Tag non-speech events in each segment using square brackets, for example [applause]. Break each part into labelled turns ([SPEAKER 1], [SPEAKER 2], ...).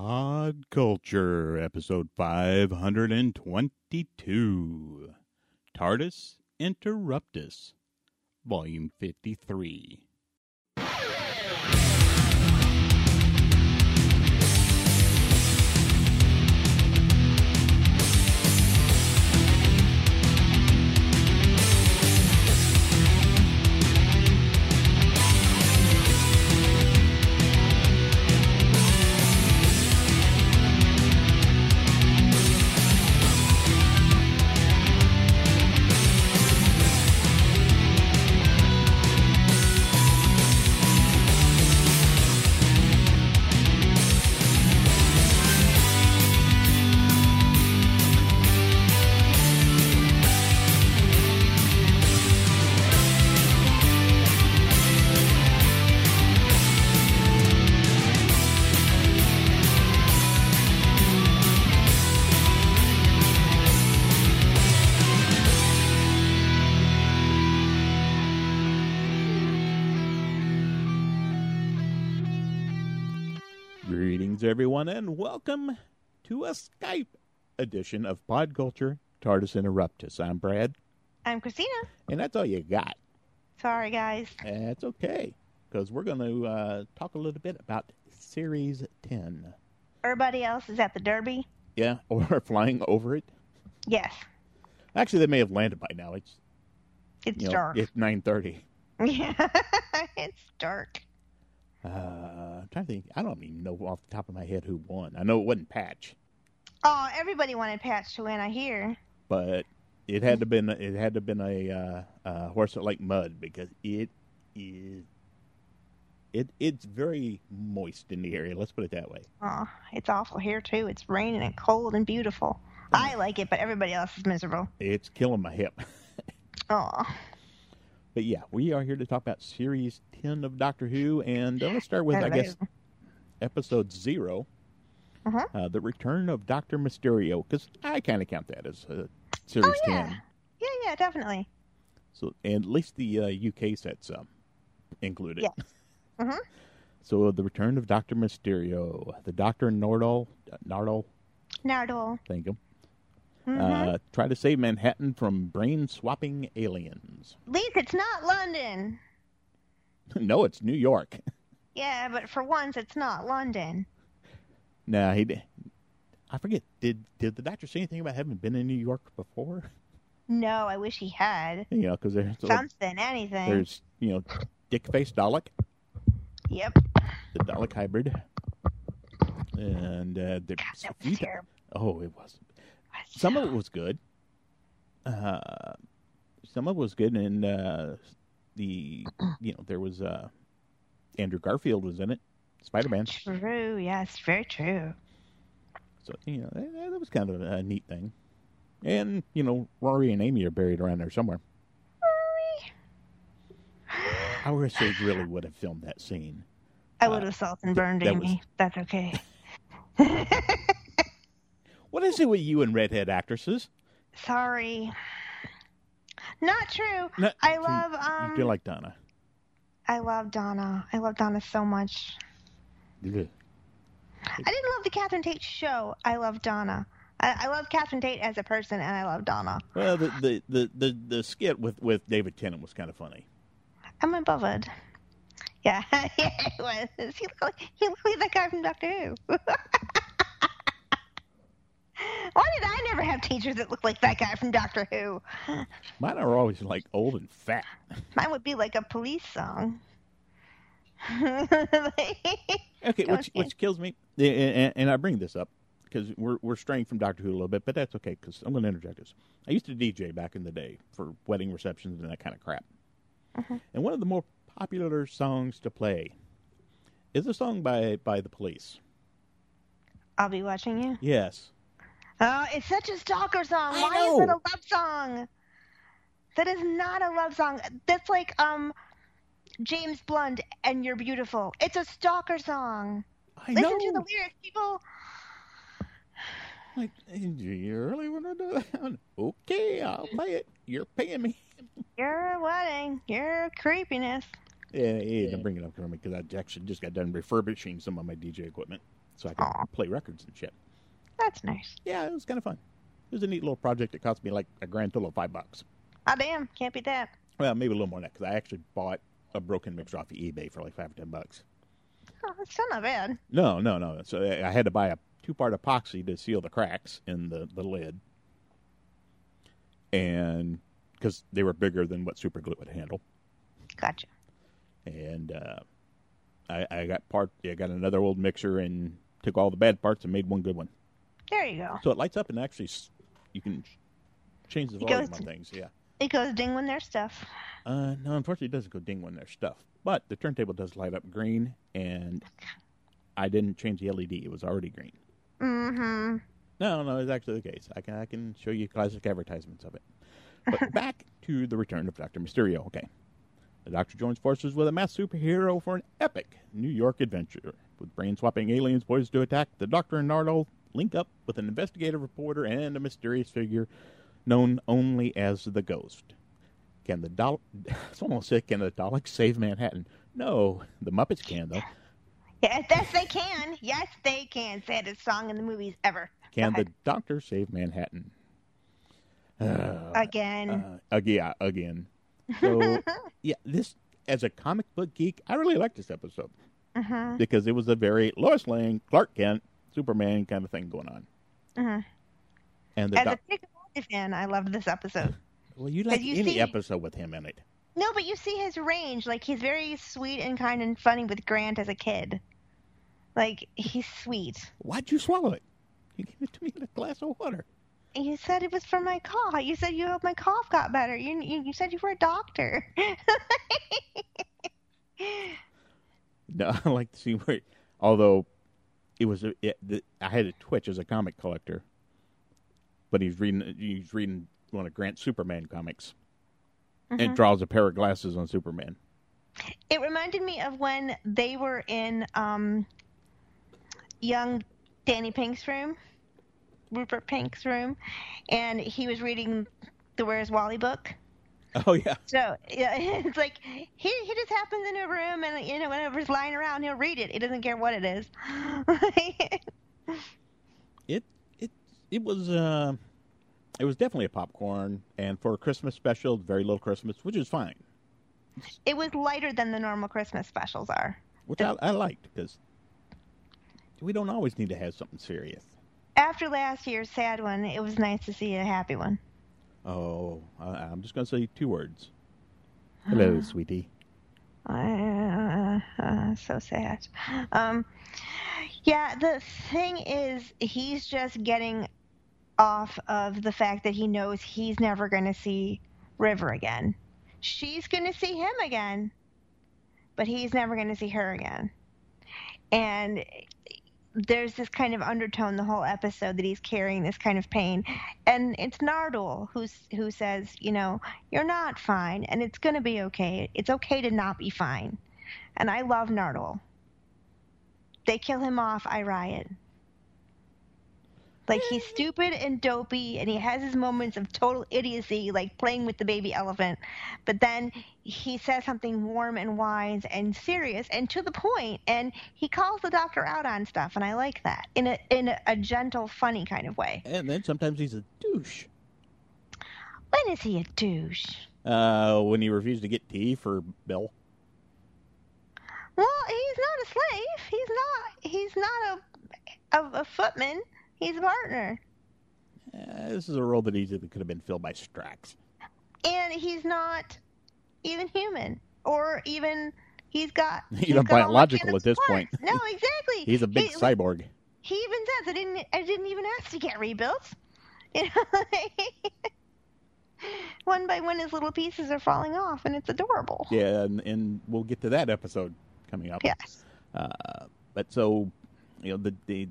[SPEAKER 1] Pod Culture, episode 522. TARDIS Interruptus, volume 53. Greetings, everyone, and welcome to a Skype edition of Pod Culture, TARDIS Interruptus. I'm Brad,
[SPEAKER 2] I'm Christina.
[SPEAKER 1] and that's all you got.
[SPEAKER 2] Sorry, guys.
[SPEAKER 1] That's okay, because we're going to uh, talk a little bit about Series 10.
[SPEAKER 2] Everybody else is at the Derby.
[SPEAKER 1] Yeah, [laughs] or flying over it.
[SPEAKER 2] Yes,
[SPEAKER 1] Actually, they may have landed by now. It's
[SPEAKER 2] it's
[SPEAKER 1] you know,
[SPEAKER 2] dark.
[SPEAKER 1] It's nine thirty.
[SPEAKER 2] Yeah, [laughs] it's dark.
[SPEAKER 1] Uh, I'm trying to think. I don't even know off the top of my head who won. I know it wasn't Patch,
[SPEAKER 2] Oh, everybody wanted Patch to win. I hear.
[SPEAKER 1] but it had to been it had to been a uh, uh, horse that like mud because it is it it's very moist in the area. Let's put it that way.
[SPEAKER 2] Oh, it's awful here too. It's raining and cold and beautiful. I
[SPEAKER 1] Mm.
[SPEAKER 2] like it, but everybody else is miserable.
[SPEAKER 1] It's killing my hip. [laughs]
[SPEAKER 2] Oh,
[SPEAKER 1] But yeah, we are here to talk about series ten of Doctor Who, and uh, let's start with I guess episode 0
[SPEAKER 2] Uh-huh.
[SPEAKER 1] uh, the return of Doctor Mysterio because I kind of count that as uh, series
[SPEAKER 2] Oh, yeah.
[SPEAKER 1] ten.
[SPEAKER 2] yeah, yeah, definitely.
[SPEAKER 1] So, and at least the uh, UK sets um, included. [laughs]
[SPEAKER 2] Yeah. Mhm.
[SPEAKER 1] So uh, the return of Doctor Mysterio, the Doctor and Nardole, Nardole,
[SPEAKER 2] Nardole.
[SPEAKER 1] thank him,
[SPEAKER 2] hmm
[SPEAKER 1] uh, try to save Manhattan from brain swapping aliens. [laughs]
[SPEAKER 2] At least it's not London.
[SPEAKER 1] no, it's New York. [laughs]
[SPEAKER 2] Yeah, but for once, it's not London.
[SPEAKER 1] nah, he. d- I forget. Did did the Doctor say anything about having been in New York before? [laughs]
[SPEAKER 2] No, I wish he had
[SPEAKER 1] You know, because there's
[SPEAKER 2] something, anything.
[SPEAKER 1] there's you know, Dick Face Dalek,
[SPEAKER 2] Yep.
[SPEAKER 1] the Dalek hybrid, and uh, there's
[SPEAKER 2] God, that
[SPEAKER 1] a few
[SPEAKER 2] was
[SPEAKER 1] ti-
[SPEAKER 2] terrible.
[SPEAKER 1] Oh, it was some of it was good. Uh, some of it was good, and uh, the
[SPEAKER 2] [clears throat]
[SPEAKER 1] you know there was uh, Andrew Garfield was in it, Spider Man.
[SPEAKER 2] True, yes, very true.
[SPEAKER 1] So you know that, that was kind of a neat thing, and you know Rory and Amy are buried around there somewhere. I wish they really would have filmed that scene.
[SPEAKER 2] I would have salt and burned
[SPEAKER 1] that
[SPEAKER 2] Amy. That's okay.
[SPEAKER 1] What is it with you and redhead actresses?
[SPEAKER 2] [laughs] Sorry. Not true.
[SPEAKER 1] No,
[SPEAKER 2] I
[SPEAKER 1] you-
[SPEAKER 2] love
[SPEAKER 1] you
[SPEAKER 2] um
[SPEAKER 1] do like Donna.
[SPEAKER 2] I love Donna. I love Donna so much. I didn't love the Catherine Tate show. I love Donna. I, I love Catherine Tate as a person and I love Donna.
[SPEAKER 1] Well, the the, the, the the skit with with David Tennant was kind of funny.
[SPEAKER 2] I'm a beloved. Yeah, [laughs] yeah, it was. He looked like, he looked like that guy from Doctor Who. [laughs] Why did I never have teachers that looked like that guy from Doctor Who?
[SPEAKER 1] Mine are always like old and fat.
[SPEAKER 2] Mine would be like a police song. [laughs] yeah,
[SPEAKER 1] Okay, which
[SPEAKER 2] Okay.
[SPEAKER 1] which kills me, and, and, and I bring this up because we're we're straying from Doctor Who a little bit, but that's okay because I'm going to interject this. I used to DJ back in the day for wedding receptions and that kind of crap,
[SPEAKER 2] Uh-huh.
[SPEAKER 1] and one of the more popular songs to play is a song by by the Police.
[SPEAKER 2] I'll be watching you.
[SPEAKER 1] Yes,
[SPEAKER 2] Oh, it's such a stalker song.
[SPEAKER 1] I
[SPEAKER 2] Why
[SPEAKER 1] know.
[SPEAKER 2] is it a love song? That is not a love song. That's like um James Blunt and You're Beautiful. It's a stalker song.
[SPEAKER 1] I
[SPEAKER 2] Listen
[SPEAKER 1] know.
[SPEAKER 2] to the lyrics, people.
[SPEAKER 1] like, do you really want to do [laughs] that? one? Okay, I'll play it. You're paying me. [laughs]
[SPEAKER 2] You're wedding. You're creepiness.
[SPEAKER 1] Yeah, yeah, I'm bringing it up because I actually just got done refurbishing some of my DJ equipment. so I could
[SPEAKER 2] Aw.
[SPEAKER 1] play records and shit.
[SPEAKER 2] That's nice.
[SPEAKER 1] Yeah, it was kind of fun. It was a neat little project. It cost me like a grand total of five bucks.
[SPEAKER 2] Ah, damn. Can't beat that.
[SPEAKER 1] Well, maybe a little more than that because I actually bought a broken mixer off of eBay for like five or ten bucks.
[SPEAKER 2] Oh, that's still not bad.
[SPEAKER 1] No, no, no. So I I had to buy a two-part epoxy to seal the cracks in the, the lid, and because they were bigger than what super glue would handle,
[SPEAKER 2] Gotcha.
[SPEAKER 1] and uh, I, I got part. I got another old mixer and took all the bad parts and made one good one.
[SPEAKER 2] There you go.
[SPEAKER 1] So it lights up and actually, s- you can ch- change the
[SPEAKER 2] It
[SPEAKER 1] volume
[SPEAKER 2] goes
[SPEAKER 1] on
[SPEAKER 2] to-
[SPEAKER 1] things. Yeah.
[SPEAKER 2] It goes ding when there's stuff.
[SPEAKER 1] Uh, no, unfortunately, it doesn't go ding when there's stuff. But the turntable does light up green, and I didn't change the LED. It was already green.
[SPEAKER 2] Mm-hmm.
[SPEAKER 1] No, no, it's actually the case. I can I can show you classic advertisements of it. But back to the return of Doctor Mysterio. Okay, the Doctor joins forces with a masked superhero for an epic New York adventure. With brain swapping aliens poised to attack, the Doctor and Nardo link up with an investigative reporter and a mysterious figure known only as the Ghost. Can the Dalek? [laughs] It's almost sick. Can the Daleks save Manhattan? No, the Muppets can though.
[SPEAKER 2] Yes, yes, they can. Yes, they can. Saddest song in the movies ever.
[SPEAKER 1] Can
[SPEAKER 2] Go
[SPEAKER 1] the Doctor save Manhattan? Uh,
[SPEAKER 2] Again.
[SPEAKER 1] Uh, ag- yeah, again.
[SPEAKER 2] [laughs]
[SPEAKER 1] So, yeah, this as a comic book geek, I really like this episode
[SPEAKER 2] hmm
[SPEAKER 1] because it was a very Lois Lane, Clark Kent, Superman kind of thing going on.
[SPEAKER 2] Mhm.
[SPEAKER 1] And the
[SPEAKER 2] As a
[SPEAKER 1] doc-
[SPEAKER 2] Rick and Morty fan, I loved this episode.
[SPEAKER 1] well, you like
[SPEAKER 2] you
[SPEAKER 1] any
[SPEAKER 2] see-
[SPEAKER 1] episode with him in it?
[SPEAKER 2] No, but you see his range. Like he's very sweet and kind and funny with Grant as a kid. Like he's sweet.
[SPEAKER 1] Why'd you swallow it? You gave it to me in a glass of water.
[SPEAKER 2] And you said it was for my cough. You said you hope my cough got better. You you, you said you were a doctor. [laughs]
[SPEAKER 1] No, [laughs] I like the scene where, although it was, a, it, the, I had a twitch as a comic collector, but he's reading, he's reading one of Grant's Superman comics, and
[SPEAKER 2] Mhm.
[SPEAKER 1] draws a pair of glasses on Superman.
[SPEAKER 2] It reminded me of when they were in um, young Danny Pink's room, Rupert Pink's room, and he was reading the Where's Wally book.
[SPEAKER 1] [laughs] Oh yeah,
[SPEAKER 2] So yeah, [laughs] it's like he he just happens in a room and you know whenever's lying around he'll read it. He doesn't care what it is. [laughs]
[SPEAKER 1] it it it was uh, it was definitely a popcorn, and for a Christmas special, very little Christmas, which is fine,
[SPEAKER 2] it was lighter than the normal Christmas specials are.
[SPEAKER 1] which I, I liked because we don't always need to have something serious.
[SPEAKER 2] After last year's sad one, it was nice to see a happy one.
[SPEAKER 1] Oh, I, I'm just gonna say two words. Hello, sweetie.
[SPEAKER 2] Uh, uh, so sad. Um, yeah, the thing is, he's just getting off of the fact that he knows he's never going to see River again. She's going to see him again, but he's never going to see her again. And there's this kind of undertone the whole episode that he's carrying this kind of pain. And it's Nardole who's who says, you know, you're not fine and it's going to be okay. It's okay to not be fine. And I love Nardole. They kill him off, I riot. Like he's stupid and dopey and he has his moments of total idiocy like playing with the baby elephant. But then he says something warm and wise and serious and to the point and he calls the doctor out on stuff and I like that in a in a, a gentle funny kind of way.
[SPEAKER 1] And then sometimes he's a douche.
[SPEAKER 2] When is he a douche?
[SPEAKER 1] Uh, when he refused to get tea for Bill.
[SPEAKER 2] Well, he's not a slave. He's not. He's not a a, a footman. He's a partner,
[SPEAKER 1] Uh, this is a role that easily could have been filled by Strax.
[SPEAKER 2] and he's not even human, or even he's got.
[SPEAKER 1] [laughs] Even
[SPEAKER 2] he's got all the
[SPEAKER 1] biological at
[SPEAKER 2] Adam's
[SPEAKER 1] this
[SPEAKER 2] quirks.
[SPEAKER 1] point.
[SPEAKER 2] No, exactly.
[SPEAKER 1] [laughs] He's a big
[SPEAKER 2] he,
[SPEAKER 1] cyborg.
[SPEAKER 2] He even says, "I didn't. I didn't even ask to get rebuilt." [laughs] You know. [laughs] One by one, his little pieces are falling off, and it's adorable.
[SPEAKER 1] Yeah, and, and we'll get to that episode coming up.
[SPEAKER 2] Yes.
[SPEAKER 1] Uh, but so, you know, the the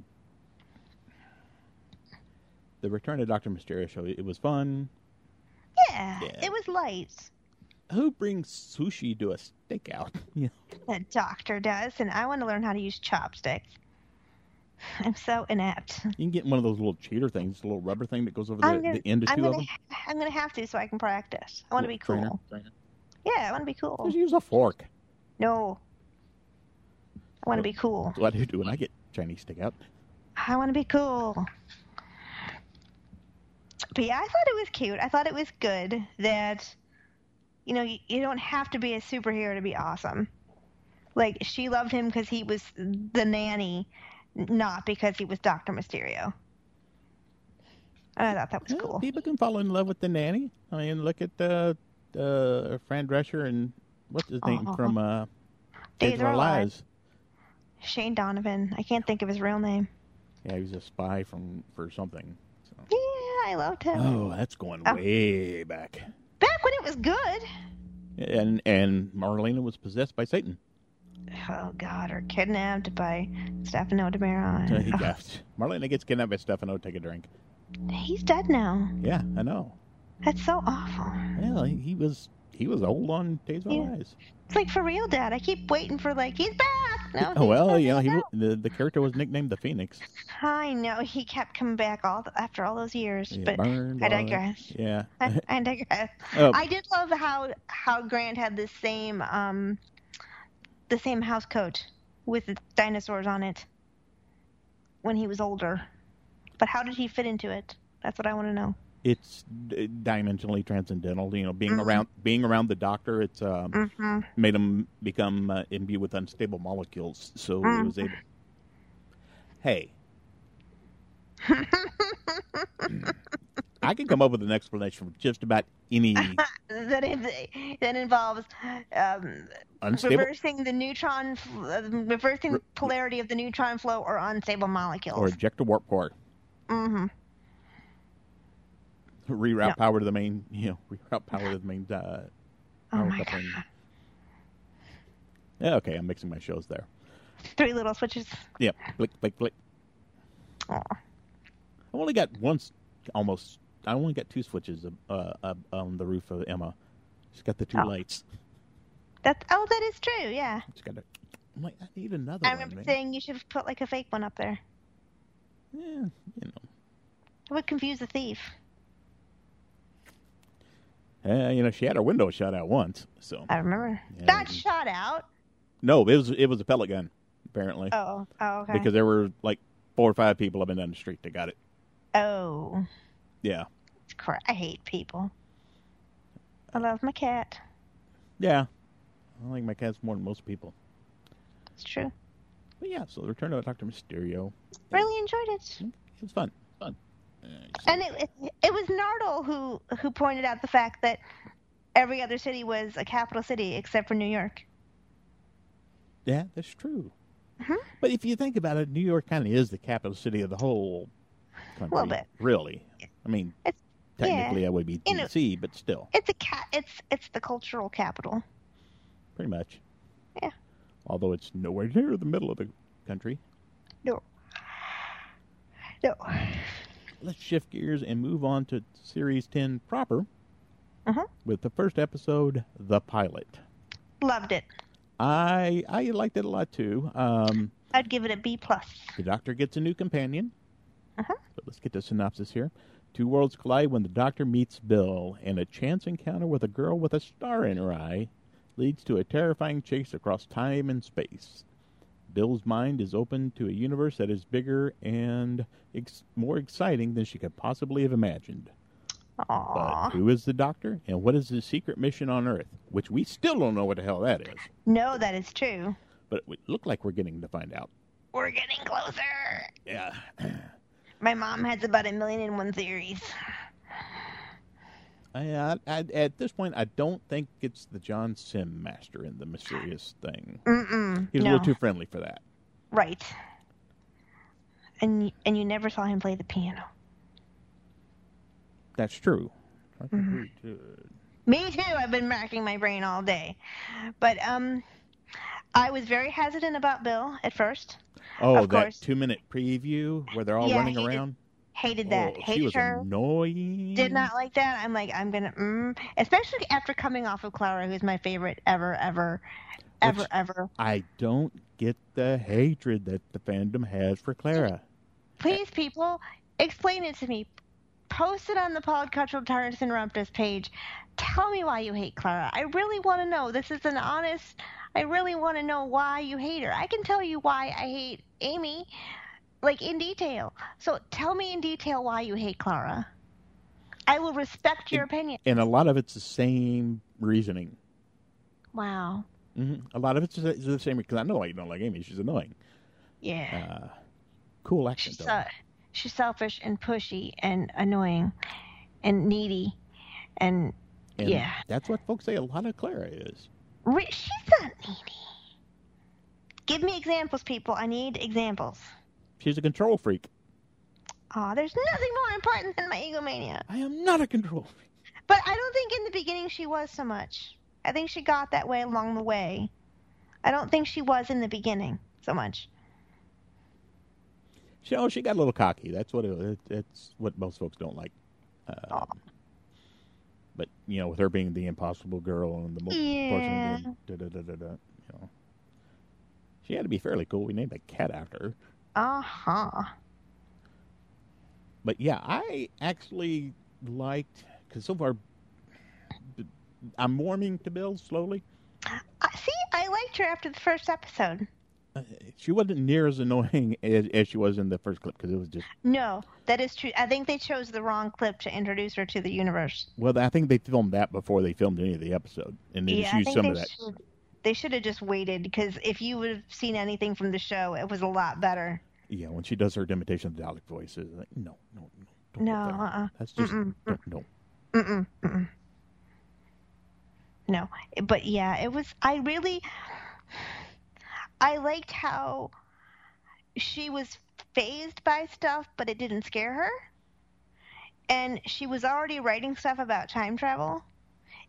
[SPEAKER 1] the Return of Doctor Mysterio show. It was fun.
[SPEAKER 2] Yeah.
[SPEAKER 1] Yeah.
[SPEAKER 2] It was light.
[SPEAKER 1] Who brings sushi to a stakeout? Yeah.
[SPEAKER 2] The doctor does, and I want to learn how to use chopsticks. [laughs] I'm so inept.
[SPEAKER 1] You can get one of those little cheater things, the little rubber thing that goes over the,
[SPEAKER 2] I'm gonna-
[SPEAKER 1] the end of
[SPEAKER 2] I'm
[SPEAKER 1] 2
[SPEAKER 2] gonna,
[SPEAKER 1] of them.
[SPEAKER 2] I'm gonna have to so I can practice. I want to be cool.
[SPEAKER 1] Trainer,
[SPEAKER 2] Yeah, I want to be cool.
[SPEAKER 1] Just use a fork.
[SPEAKER 2] No, I want to be cool.
[SPEAKER 1] That's what I do when I get Chinese takeout.
[SPEAKER 2] I want to be cool. But yeah, I thought it was cute. I thought it was good that, you know, you, you don't have to be a superhero to be awesome. Like, she loved him because he was the nanny, not because he was Dr. Mysterio. And I thought that was
[SPEAKER 1] Well,
[SPEAKER 2] cool.
[SPEAKER 1] People can fall in love with the nanny. I mean, look at uh, uh, Fran Drescher and what's his name
[SPEAKER 2] Aw.
[SPEAKER 1] from uh,
[SPEAKER 2] Days
[SPEAKER 1] Days of
[SPEAKER 2] of
[SPEAKER 1] Our
[SPEAKER 2] Our Lives.
[SPEAKER 1] Lives.
[SPEAKER 2] Shane Donovan. I can't think of his real name.
[SPEAKER 1] Yeah, he was a spy from for something. So.
[SPEAKER 2] Yeah, I loved him.
[SPEAKER 1] Oh, that's going
[SPEAKER 2] Oh.
[SPEAKER 1] way back.
[SPEAKER 2] Back when it was good.
[SPEAKER 1] And and Marlena was possessed by Satan.
[SPEAKER 2] Oh, God, or kidnapped by Stefano DeMera. [laughs]
[SPEAKER 1] So he got, Marlena gets kidnapped by Stefano. Take a drink.
[SPEAKER 2] Oh, He's dead now.
[SPEAKER 1] Yeah, I know.
[SPEAKER 2] That's so awful.
[SPEAKER 1] Well, he, he was he was old on Days of Our
[SPEAKER 2] Yeah.
[SPEAKER 1] Lives.
[SPEAKER 2] It's like for real, Dad. I keep waiting for like he's back. No,
[SPEAKER 1] Oh,
[SPEAKER 2] he's
[SPEAKER 1] well,
[SPEAKER 2] back.
[SPEAKER 1] you know, he
[SPEAKER 2] No.
[SPEAKER 1] wa- the the character was nicknamed the Phoenix.
[SPEAKER 2] I know he kept coming back all the, after all those years,
[SPEAKER 1] Yeah,
[SPEAKER 2] but
[SPEAKER 1] burn,
[SPEAKER 2] I
[SPEAKER 1] blah,
[SPEAKER 2] digress.
[SPEAKER 1] Yeah.
[SPEAKER 2] I, I digress.
[SPEAKER 1] [laughs] Oh,
[SPEAKER 2] I did love how how Grant had the same um the same house coat with the dinosaurs on it when he was older. But how did he fit into it? That's what I want to know.
[SPEAKER 1] it's d- dimensionally transcendental. You know, being
[SPEAKER 2] Mhm.
[SPEAKER 1] around being around the Doctor, it's um,
[SPEAKER 2] hmm
[SPEAKER 1] made him become uh, imbued with unstable molecules, so he
[SPEAKER 2] Mm-hmm.
[SPEAKER 1] was able. Hey, I can come up with an explanation for just about
[SPEAKER 2] [laughs]
[SPEAKER 1] any
[SPEAKER 2] that is, that involves um,
[SPEAKER 1] unstable
[SPEAKER 2] reversing the neutron, f- uh, reversing
[SPEAKER 1] Re-
[SPEAKER 2] the polarity of the neutron flow or unstable
[SPEAKER 1] or
[SPEAKER 2] molecules.
[SPEAKER 1] ejector warp core.
[SPEAKER 2] hmm
[SPEAKER 1] Reroute
[SPEAKER 2] Yeah.
[SPEAKER 1] power to the main, you know, reroute power to the main uh,
[SPEAKER 2] Oh
[SPEAKER 1] power
[SPEAKER 2] my god!
[SPEAKER 1] coupling. Yeah, okay, I'm mixing my shows there.
[SPEAKER 2] Three little switches.
[SPEAKER 1] Yeah, click, click, click.
[SPEAKER 2] Aw.
[SPEAKER 1] I only got once, almost. I only got two switches uh, uh, on the roof of Emma. She's got the two
[SPEAKER 2] Oh.
[SPEAKER 1] lights.
[SPEAKER 2] That's oh, that is true. Yeah,
[SPEAKER 1] She's got a, I'm like, I need another
[SPEAKER 2] I
[SPEAKER 1] one.
[SPEAKER 2] remember
[SPEAKER 1] man.
[SPEAKER 2] saying you should put like a fake one up there.
[SPEAKER 1] Yeah, you know,
[SPEAKER 2] It would confuse the thief.
[SPEAKER 1] Uh, you know, she had her window shut out once. So
[SPEAKER 2] I remember.
[SPEAKER 1] Yeah,
[SPEAKER 2] That
[SPEAKER 1] I do.
[SPEAKER 2] shot out.
[SPEAKER 1] no, it was it was a pellet gun apparently
[SPEAKER 2] Oh, oh, okay.
[SPEAKER 1] because there were like four or five people up and down the street that got it.
[SPEAKER 2] oh,
[SPEAKER 1] Yeah,
[SPEAKER 2] it's cra- I hate people. I love my cat.
[SPEAKER 1] yeah. I think my cat's more than most people.
[SPEAKER 2] It's true.
[SPEAKER 1] But yeah, so the return of Doctor Mysterio. Yeah.
[SPEAKER 2] Really enjoyed it.
[SPEAKER 1] It was fun. Fun. Uh, so-
[SPEAKER 2] And it it was Nardole who who pointed out the fact that every other city was a capital city except for New York.
[SPEAKER 1] yeah, that's true.
[SPEAKER 2] Mhm.
[SPEAKER 1] But if you think about it, New York kind of is the capital city of the whole country.
[SPEAKER 2] bit.
[SPEAKER 1] Really. I mean,
[SPEAKER 2] It's-
[SPEAKER 1] technically I would be
[SPEAKER 2] You know-
[SPEAKER 1] D.C., but still,
[SPEAKER 2] It's a cat. It's it's the cultural capital.
[SPEAKER 1] pretty much.
[SPEAKER 2] Yeah.
[SPEAKER 1] Although it's nowhere near the middle of the country.
[SPEAKER 2] No.
[SPEAKER 1] let's shift gears and move on to series 10 proper
[SPEAKER 2] Mhm.
[SPEAKER 1] with the first episode the pilot
[SPEAKER 2] Loved it.
[SPEAKER 1] i i liked it a lot too um
[SPEAKER 2] I'd give it a B plus.
[SPEAKER 1] the doctor gets a new companion
[SPEAKER 2] Mhm.
[SPEAKER 1] but let's get the synopsis here two worlds collide when the doctor meets bill and a chance encounter with a girl with a star in her eye leads to a terrifying chase across time and space bill's mind is open to a universe that is bigger and ex- more exciting than she could possibly have imagined But
[SPEAKER 2] Aww.
[SPEAKER 1] who is the doctor and what is his secret mission on Earth? Which we still don't know what the hell that is,
[SPEAKER 2] No, that is true.
[SPEAKER 1] but it would look like we're getting to find out.
[SPEAKER 2] We're getting closer.
[SPEAKER 1] Yeah.
[SPEAKER 2] My mom has about a million and one theories.
[SPEAKER 1] I, I, I, at this point, I don't think it's the John Sim master in the mysterious thing.
[SPEAKER 2] Mm-mm.
[SPEAKER 1] He's a
[SPEAKER 2] no.
[SPEAKER 1] little too friendly for that.
[SPEAKER 2] right. And y- and you never saw him play the piano.
[SPEAKER 1] That's true.
[SPEAKER 2] Mhm. Me too. I've been racking my brain all day, but um, I was very hesitant about Bill at first.
[SPEAKER 1] Oh,
[SPEAKER 2] Of
[SPEAKER 1] that
[SPEAKER 2] course.
[SPEAKER 1] two minute preview where they're all
[SPEAKER 2] Yeah,
[SPEAKER 1] running
[SPEAKER 2] he did
[SPEAKER 1] around.
[SPEAKER 2] Hated that.
[SPEAKER 1] Oh, she
[SPEAKER 2] Hated
[SPEAKER 1] was
[SPEAKER 2] her.
[SPEAKER 1] annoying.
[SPEAKER 2] Did not like that. I'm like, I'm gonna, mm, especially after coming off of Clara, who's my favorite ever, ever, ever,
[SPEAKER 1] Which-
[SPEAKER 2] ever.
[SPEAKER 1] I don't get the hatred that the fandom has for Clara.
[SPEAKER 2] Please, people, explain it to me. Post it on the Pod Cultural Tyrants and Rumptus page. Tell me why you hate Clara. I really want to know. This is an honest. I really want to know why you hate her. I can tell you why I hate Amy, like in detail. So tell me in detail why you hate Clara. I will respect your
[SPEAKER 1] It-
[SPEAKER 2] opinion.
[SPEAKER 1] and a lot of it's the same reasoning.
[SPEAKER 2] Wow.
[SPEAKER 1] hmm A lot of it's the the same because I know why you don't like Amy. She's annoying.
[SPEAKER 2] Yeah.
[SPEAKER 1] Uh, cool accent
[SPEAKER 2] she's
[SPEAKER 1] though.
[SPEAKER 2] uh, she's selfish and pushy and annoying and needy and
[SPEAKER 1] And
[SPEAKER 2] yeah.
[SPEAKER 1] that's what folks say. A lot of Clara is.
[SPEAKER 2] Re- she's not needy. Give me examples, people. I need examples.
[SPEAKER 1] She's a control freak.
[SPEAKER 2] Aw, there's nothing more important than my egomania.
[SPEAKER 1] I am not a control freak.
[SPEAKER 2] But I don't think in the beginning she was so much. I think she got that way along the way. I don't think she was in the beginning so much.
[SPEAKER 1] She, oh, she got a little cocky. That's what it, it, that's what most folks don't like.
[SPEAKER 2] Aw.
[SPEAKER 1] Um, but you know, with her being the impossible girl and the most
[SPEAKER 2] Yeah.
[SPEAKER 1] da, da, da, da, da, you know, she had to be fairly cool. We named a cat after her.
[SPEAKER 2] Uh huh.
[SPEAKER 1] But yeah, I actually liked because so far b- I'm warming to Bill slowly.
[SPEAKER 2] Uh, see, I liked her after the first episode.
[SPEAKER 1] Uh, She wasn't near as annoying [laughs] as, as she was in the first clip because it was just
[SPEAKER 2] No, that is true. I think they chose the wrong clip to introduce her to the universe.
[SPEAKER 1] well. I think they filmed that before they filmed any of the episode, and they
[SPEAKER 2] yeah,
[SPEAKER 1] just
[SPEAKER 2] I
[SPEAKER 1] used
[SPEAKER 2] think
[SPEAKER 1] some
[SPEAKER 2] they
[SPEAKER 1] of that.
[SPEAKER 2] should. They should have just waited because if you would have seen anything from the show, it was a lot better.
[SPEAKER 1] Yeah, when she does her imitation of the Dalek voice, it's like no, no, no, don't
[SPEAKER 2] No,
[SPEAKER 1] go there.
[SPEAKER 2] uh,
[SPEAKER 1] that's just
[SPEAKER 2] Mm-mm,
[SPEAKER 1] no, no.
[SPEAKER 2] uh-uh. mm-mm, mm-mm. No, but yeah, it was. I really, I liked how she was phased by stuff, but it didn't scare her. And she was already writing stuff about time travel,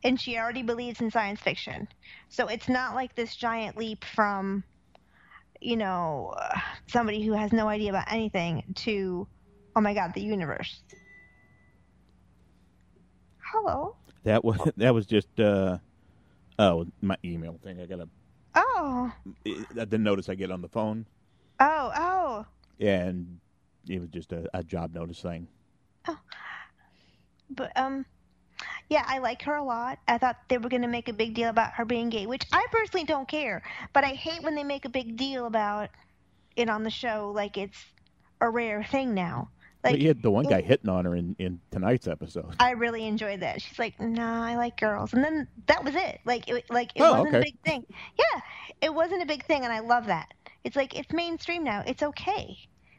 [SPEAKER 2] and she already believes in science fiction. So it's not like this giant leap from, you know, uh, somebody who has no idea about anything to, oh my god, the universe. Hello.
[SPEAKER 1] That was [laughs] that was just uh, oh my email thing. I got a
[SPEAKER 2] Oh.
[SPEAKER 1] the notice I get on the phone,
[SPEAKER 2] Oh. Oh.
[SPEAKER 1] and it was just a, a job notice thing.
[SPEAKER 2] But um, yeah, I like her a lot. I thought they were gonna make a big deal about her being gay, which I personally don't care. But I hate when they make a big deal about it on the show, like it's a rare thing now. Like
[SPEAKER 1] but yeah, the one guy hitting on her in, in tonight's episode.
[SPEAKER 2] I really enjoyed that. She's like, "Nah, I like girls," and then that was it. Like, it, like it
[SPEAKER 1] Oh,
[SPEAKER 2] wasn't a
[SPEAKER 1] okay.
[SPEAKER 2] big thing. Yeah, it wasn't a big thing, and I love that. It's like it's mainstream now. It's okay.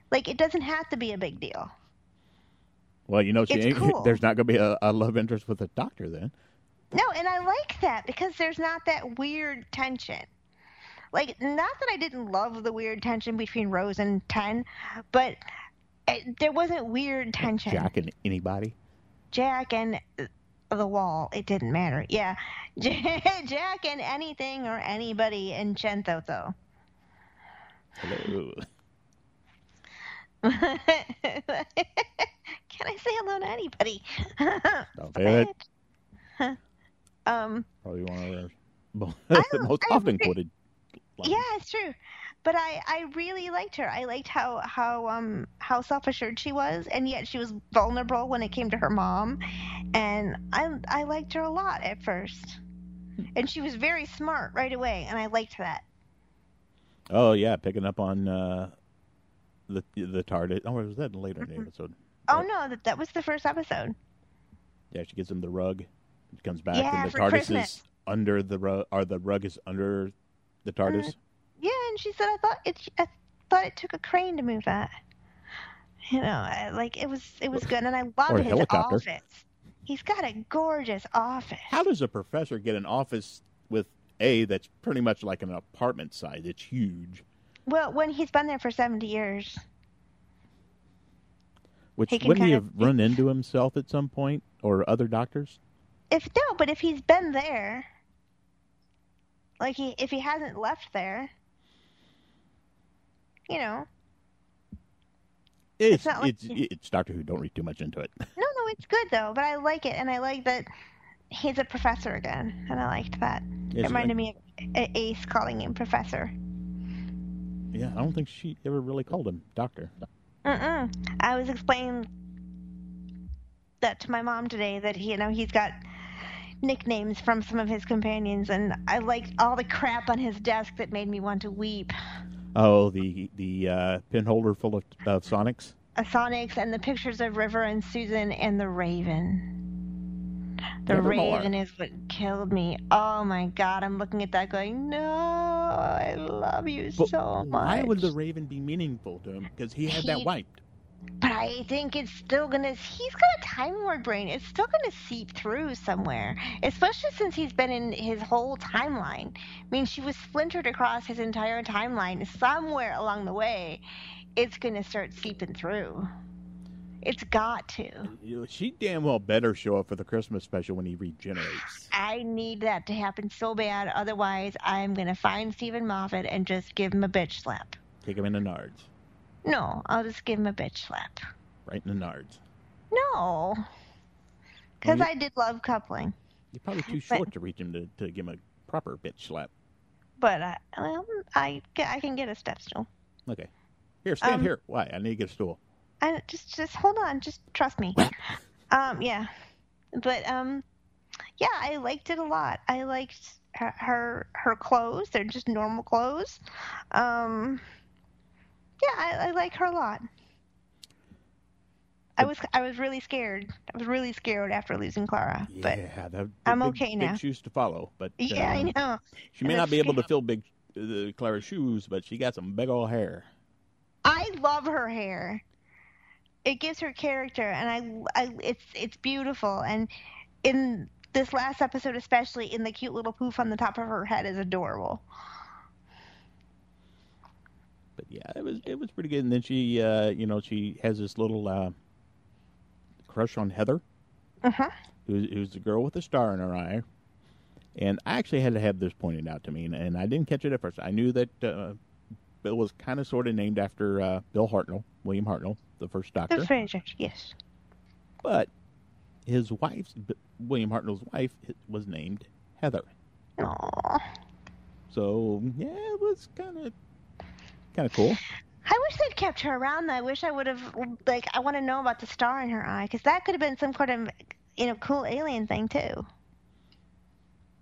[SPEAKER 2] Like it doesn't have to be a big deal.
[SPEAKER 1] Well, you know, she
[SPEAKER 2] It's
[SPEAKER 1] ain't, [laughs]
[SPEAKER 2] cool.
[SPEAKER 1] there's not going to be a, a love interest with a doctor then.
[SPEAKER 2] No, and I like that because there's not that weird tension. Like, not that I didn't love the weird tension between Rose and Ten, but it, there wasn't weird tension.
[SPEAKER 1] Jack and anybody.
[SPEAKER 2] Jack and uh, the wall, it didn't matter. Yeah. [laughs] Jack and anything or anybody in Chento, though. [laughs]
[SPEAKER 1] Hello.
[SPEAKER 2] Can I say hello to anybody? [laughs]
[SPEAKER 1] Don't do it.
[SPEAKER 2] um.
[SPEAKER 1] Probably one of our mo- [laughs]
[SPEAKER 2] I
[SPEAKER 1] the
[SPEAKER 2] don't-
[SPEAKER 1] most
[SPEAKER 2] I
[SPEAKER 1] often
[SPEAKER 2] agree.
[SPEAKER 1] quoted. lines.
[SPEAKER 2] Yeah, it's true. But I, I really liked her. I liked how, how um how self assured she was, and yet she was vulnerable when it came to her mom, and I I liked her a lot at first, and she was very smart right away, and I liked that.
[SPEAKER 1] Oh yeah, picking up on uh, the the TARDIS. Oh, was that later in the episode?
[SPEAKER 2] Oh
[SPEAKER 1] Yep.
[SPEAKER 2] no, that that was the first episode.
[SPEAKER 1] Yeah, she gives him the rug. She comes back,
[SPEAKER 2] Yeah,
[SPEAKER 1] and the
[SPEAKER 2] for
[SPEAKER 1] TARDIS is
[SPEAKER 2] Christmas.
[SPEAKER 1] under the rug, or the rug is under the
[SPEAKER 2] Mm.
[SPEAKER 1] TARDIS.
[SPEAKER 2] Yeah, and she said I thought it I thought it took a crane to move that. You know, I, like it was it was good, and I love
[SPEAKER 1] Or a
[SPEAKER 2] his
[SPEAKER 1] helicopter.
[SPEAKER 2] office. He's got a gorgeous office.
[SPEAKER 1] How does a professor get an office with a that's pretty much like an apartment size? It's huge.
[SPEAKER 2] Well, when he's been there for seventy years.
[SPEAKER 1] Which
[SPEAKER 2] He can
[SPEAKER 1] wouldn't he
[SPEAKER 2] kind
[SPEAKER 1] have run into himself at some point or other doctors?
[SPEAKER 2] If no, but if he's been there, like he if he hasn't left there, you know,
[SPEAKER 1] It's
[SPEAKER 2] not like-
[SPEAKER 1] it's, it's Doctor Who. Don't read too much into it.
[SPEAKER 2] no, no, it's good though. But I like it, and I like that he's a professor again, and I liked that. It
[SPEAKER 1] It's
[SPEAKER 2] reminded me of A- Ace calling him professor.
[SPEAKER 1] like- yeah, I don't think she ever really called him Doctor.
[SPEAKER 2] Mm-mm. I was explaining that to my mom today that he, you know he's got nicknames from some of his companions, and I liked all the crap on his desk that made me want to weep.
[SPEAKER 1] Oh, the the uh, pinholder full of, of Sonics.
[SPEAKER 2] Uh, Sonics and the pictures of River and Susan and the Raven. The
[SPEAKER 1] Nevermore.
[SPEAKER 2] Raven is what killed me. Oh my god, I'm looking at that going, no, I love you
[SPEAKER 1] But
[SPEAKER 2] so much.
[SPEAKER 1] Why would the Raven be meaningful to him? Because he had that
[SPEAKER 2] He-
[SPEAKER 1] wiped.
[SPEAKER 2] But I think it's still gonna. He's got a Time Lord brain. It's still gonna seep through somewhere, especially since he's been in his whole timeline. I mean, she was splintered across his entire timeline. Somewhere along the way, it's gonna start seeping through. It's got to.
[SPEAKER 1] You know, She damn well better show up for the Christmas special when he regenerates.
[SPEAKER 2] I need that to happen so bad. Otherwise, I'm gonna find Stephen Moffat and just give him a bitch slap.
[SPEAKER 1] Take him in the nards,
[SPEAKER 2] No, I'll just give him a bitch slap.
[SPEAKER 1] right in the nards.
[SPEAKER 2] No, because
[SPEAKER 1] you-
[SPEAKER 2] I did love coupling.
[SPEAKER 1] You're probably too
[SPEAKER 2] But-
[SPEAKER 1] short to reach him to, to give him a proper bitch slap.
[SPEAKER 2] But I, um, I, ca- I can get a step stool.
[SPEAKER 1] Okay, here, stand
[SPEAKER 2] Um,
[SPEAKER 1] here. Why? I need to get a stool.
[SPEAKER 2] I just, just hold on. Just trust me. um, yeah. But um, yeah, I liked it a lot. I liked her, her, her clothes. They're just normal clothes. Um, yeah, I, I like her a lot. I was, I was really scared. I was really scared after losing Clara.
[SPEAKER 1] Yeah,
[SPEAKER 2] But
[SPEAKER 1] that, that
[SPEAKER 2] I'm
[SPEAKER 1] big,
[SPEAKER 2] okay
[SPEAKER 1] Big
[SPEAKER 2] now.
[SPEAKER 1] shoes to follow, but
[SPEAKER 2] yeah, I
[SPEAKER 1] um,
[SPEAKER 2] know.
[SPEAKER 1] She may
[SPEAKER 2] And
[SPEAKER 1] not
[SPEAKER 2] that's
[SPEAKER 1] be able to
[SPEAKER 2] scary.
[SPEAKER 1] fill big uh, Clara's shoes, but she got some big old hair.
[SPEAKER 2] I love her hair. It gives her character, and I, I it's it's beautiful. And in this last episode, especially in the cute little poof on the top of her head, is adorable.
[SPEAKER 1] But yeah, it was it was pretty good. And then she, uh, you know, she has this little uh, crush on Heather,
[SPEAKER 2] Uh-huh.
[SPEAKER 1] who's, who's the girl with the star in her eye. And I actually had to have this pointed out to me, and, and I didn't catch it at first. I knew that uh, Bill was kind of sort of named after uh, Bill Hartnell, William Hartnell, the first Doctor.
[SPEAKER 2] The Fraser, yes.
[SPEAKER 1] But his wife's B- William Hartnell's wife was named Heather.
[SPEAKER 2] Aww.
[SPEAKER 1] So yeah, it was kind of kind of cool.
[SPEAKER 2] I wish they'd kept her around. though. I wish I would have like I want to know about the star in her eye because that could have been some kind of you know cool alien thing too.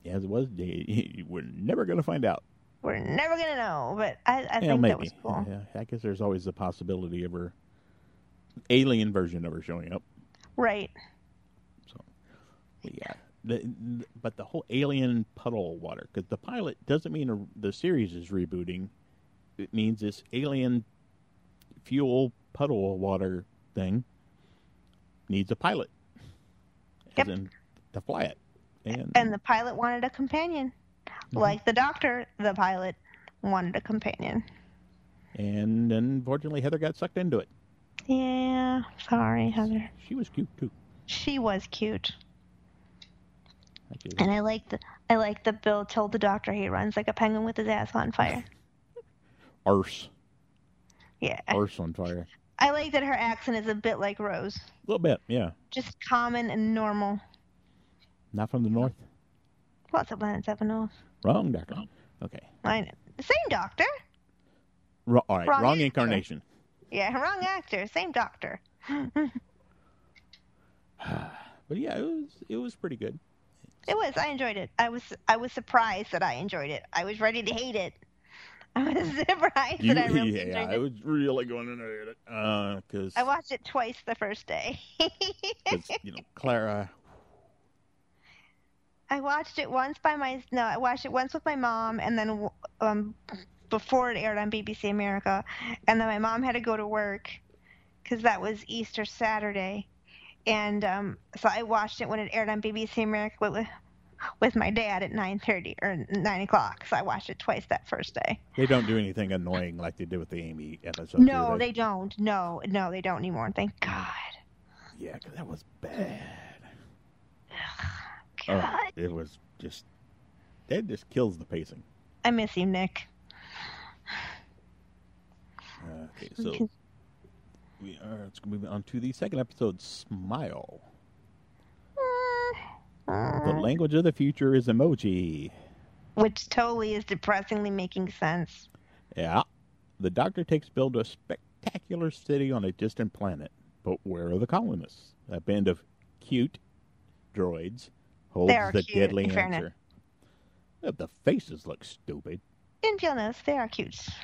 [SPEAKER 1] As it was, they- we're never going to find out.
[SPEAKER 2] We're never gonna know, but I, I
[SPEAKER 1] Yeah,
[SPEAKER 2] think
[SPEAKER 1] maybe.
[SPEAKER 2] that was cool.
[SPEAKER 1] Yeah, I guess there's always the possibility of her alien version of her showing up.
[SPEAKER 2] Right.
[SPEAKER 1] But yeah, the, but the whole alien puddle of water because the pilot doesn't mean a, the series is rebooting. It means this alien fuel puddle of water thing needs a pilot,
[SPEAKER 2] Yep.
[SPEAKER 1] as in to fly it. And,
[SPEAKER 2] And the pilot wanted a companion.
[SPEAKER 1] Mm-hmm.
[SPEAKER 2] Like the doctor, the pilot wanted a companion.
[SPEAKER 1] and unfortunately, Heather got sucked into it.
[SPEAKER 2] Yeah, sorry, Heather.
[SPEAKER 1] She was cute too.
[SPEAKER 2] She was cute.
[SPEAKER 1] Actually,
[SPEAKER 2] And I liked the I liked that Bill told the doctor he runs like a penguin with his ass on fire.
[SPEAKER 1] arse,
[SPEAKER 2] Yeah.
[SPEAKER 1] arse on fire.
[SPEAKER 2] I like that her accent is a bit like Rose.
[SPEAKER 1] A little bit, yeah.
[SPEAKER 2] Just common and normal.
[SPEAKER 1] Not from the north.
[SPEAKER 2] Lots of planets up and off.
[SPEAKER 1] Wrong doctor. Okay.
[SPEAKER 2] I know. The same doctor.
[SPEAKER 1] Ro- all right. Wrong,
[SPEAKER 2] Wrong actor.
[SPEAKER 1] incarnation. [sighs]
[SPEAKER 2] Yeah, wrong actor, same doctor.
[SPEAKER 1] But yeah, it was it was pretty good.
[SPEAKER 2] It was. I enjoyed it. I was I was surprised that I enjoyed it. I was ready to hate it. I was [laughs] surprised that
[SPEAKER 1] [laughs]
[SPEAKER 2] I really
[SPEAKER 1] yeah,
[SPEAKER 2] enjoyed it.
[SPEAKER 1] I was really going into it uh, because
[SPEAKER 2] I watched it twice the first day. [laughs]
[SPEAKER 1] you know Clara.
[SPEAKER 2] I watched it once by my no, I watched it once with my mom, and then w- um, before it aired on BBC America, and then my mom had to go to work because that was Easter Saturday, and um, so I watched it when it aired on BBC America with with my dad at nine thirty or nine o'clock. So I watched it twice that first day.
[SPEAKER 1] They don't do anything annoying like they did with the Amy episode.
[SPEAKER 2] No,
[SPEAKER 1] do
[SPEAKER 2] they don't. No, no, they don't anymore. Thank God.
[SPEAKER 1] Yeah, 'cause that was bad.
[SPEAKER 2] God,
[SPEAKER 1] Oh, it was just that just kills the pacing.
[SPEAKER 2] I miss you, Nick.
[SPEAKER 1] Okay, so we are let's move on to the second episode, Smile. The
[SPEAKER 2] Uh.
[SPEAKER 1] language of the future is emoji.
[SPEAKER 2] Which totally is depressingly making sense.
[SPEAKER 1] Yeah. The doctor takes Bill to a spectacular city on a distant planet. But where are the colonists? A band of cute droids Holds
[SPEAKER 2] are
[SPEAKER 1] the
[SPEAKER 2] cute,
[SPEAKER 1] deadly
[SPEAKER 2] in fairness.
[SPEAKER 1] answer. Yeah, the faces look stupid.
[SPEAKER 2] Infield nose, they are cute. [laughs]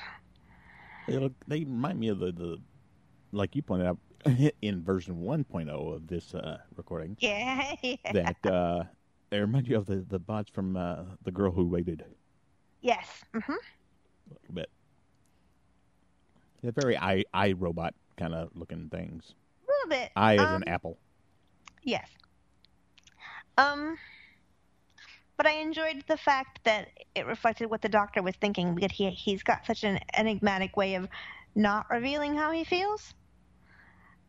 [SPEAKER 1] They look. They remind me of the, the like you pointed out [laughs] in version 1.0 of this uh, recording
[SPEAKER 2] Yeah, [laughs] yeah.
[SPEAKER 1] that uh, they remind you of the the bots from uh, the girl who waited
[SPEAKER 2] Yes. hmm
[SPEAKER 1] a little bit. They're very i i robot kind of looking things.
[SPEAKER 2] A little bit.
[SPEAKER 1] I as
[SPEAKER 2] Um,
[SPEAKER 1] an apple.
[SPEAKER 2] Yes. Um, but I enjoyed the fact that it reflected what the doctor was thinking because he he's got such an enigmatic way of not revealing how he feels.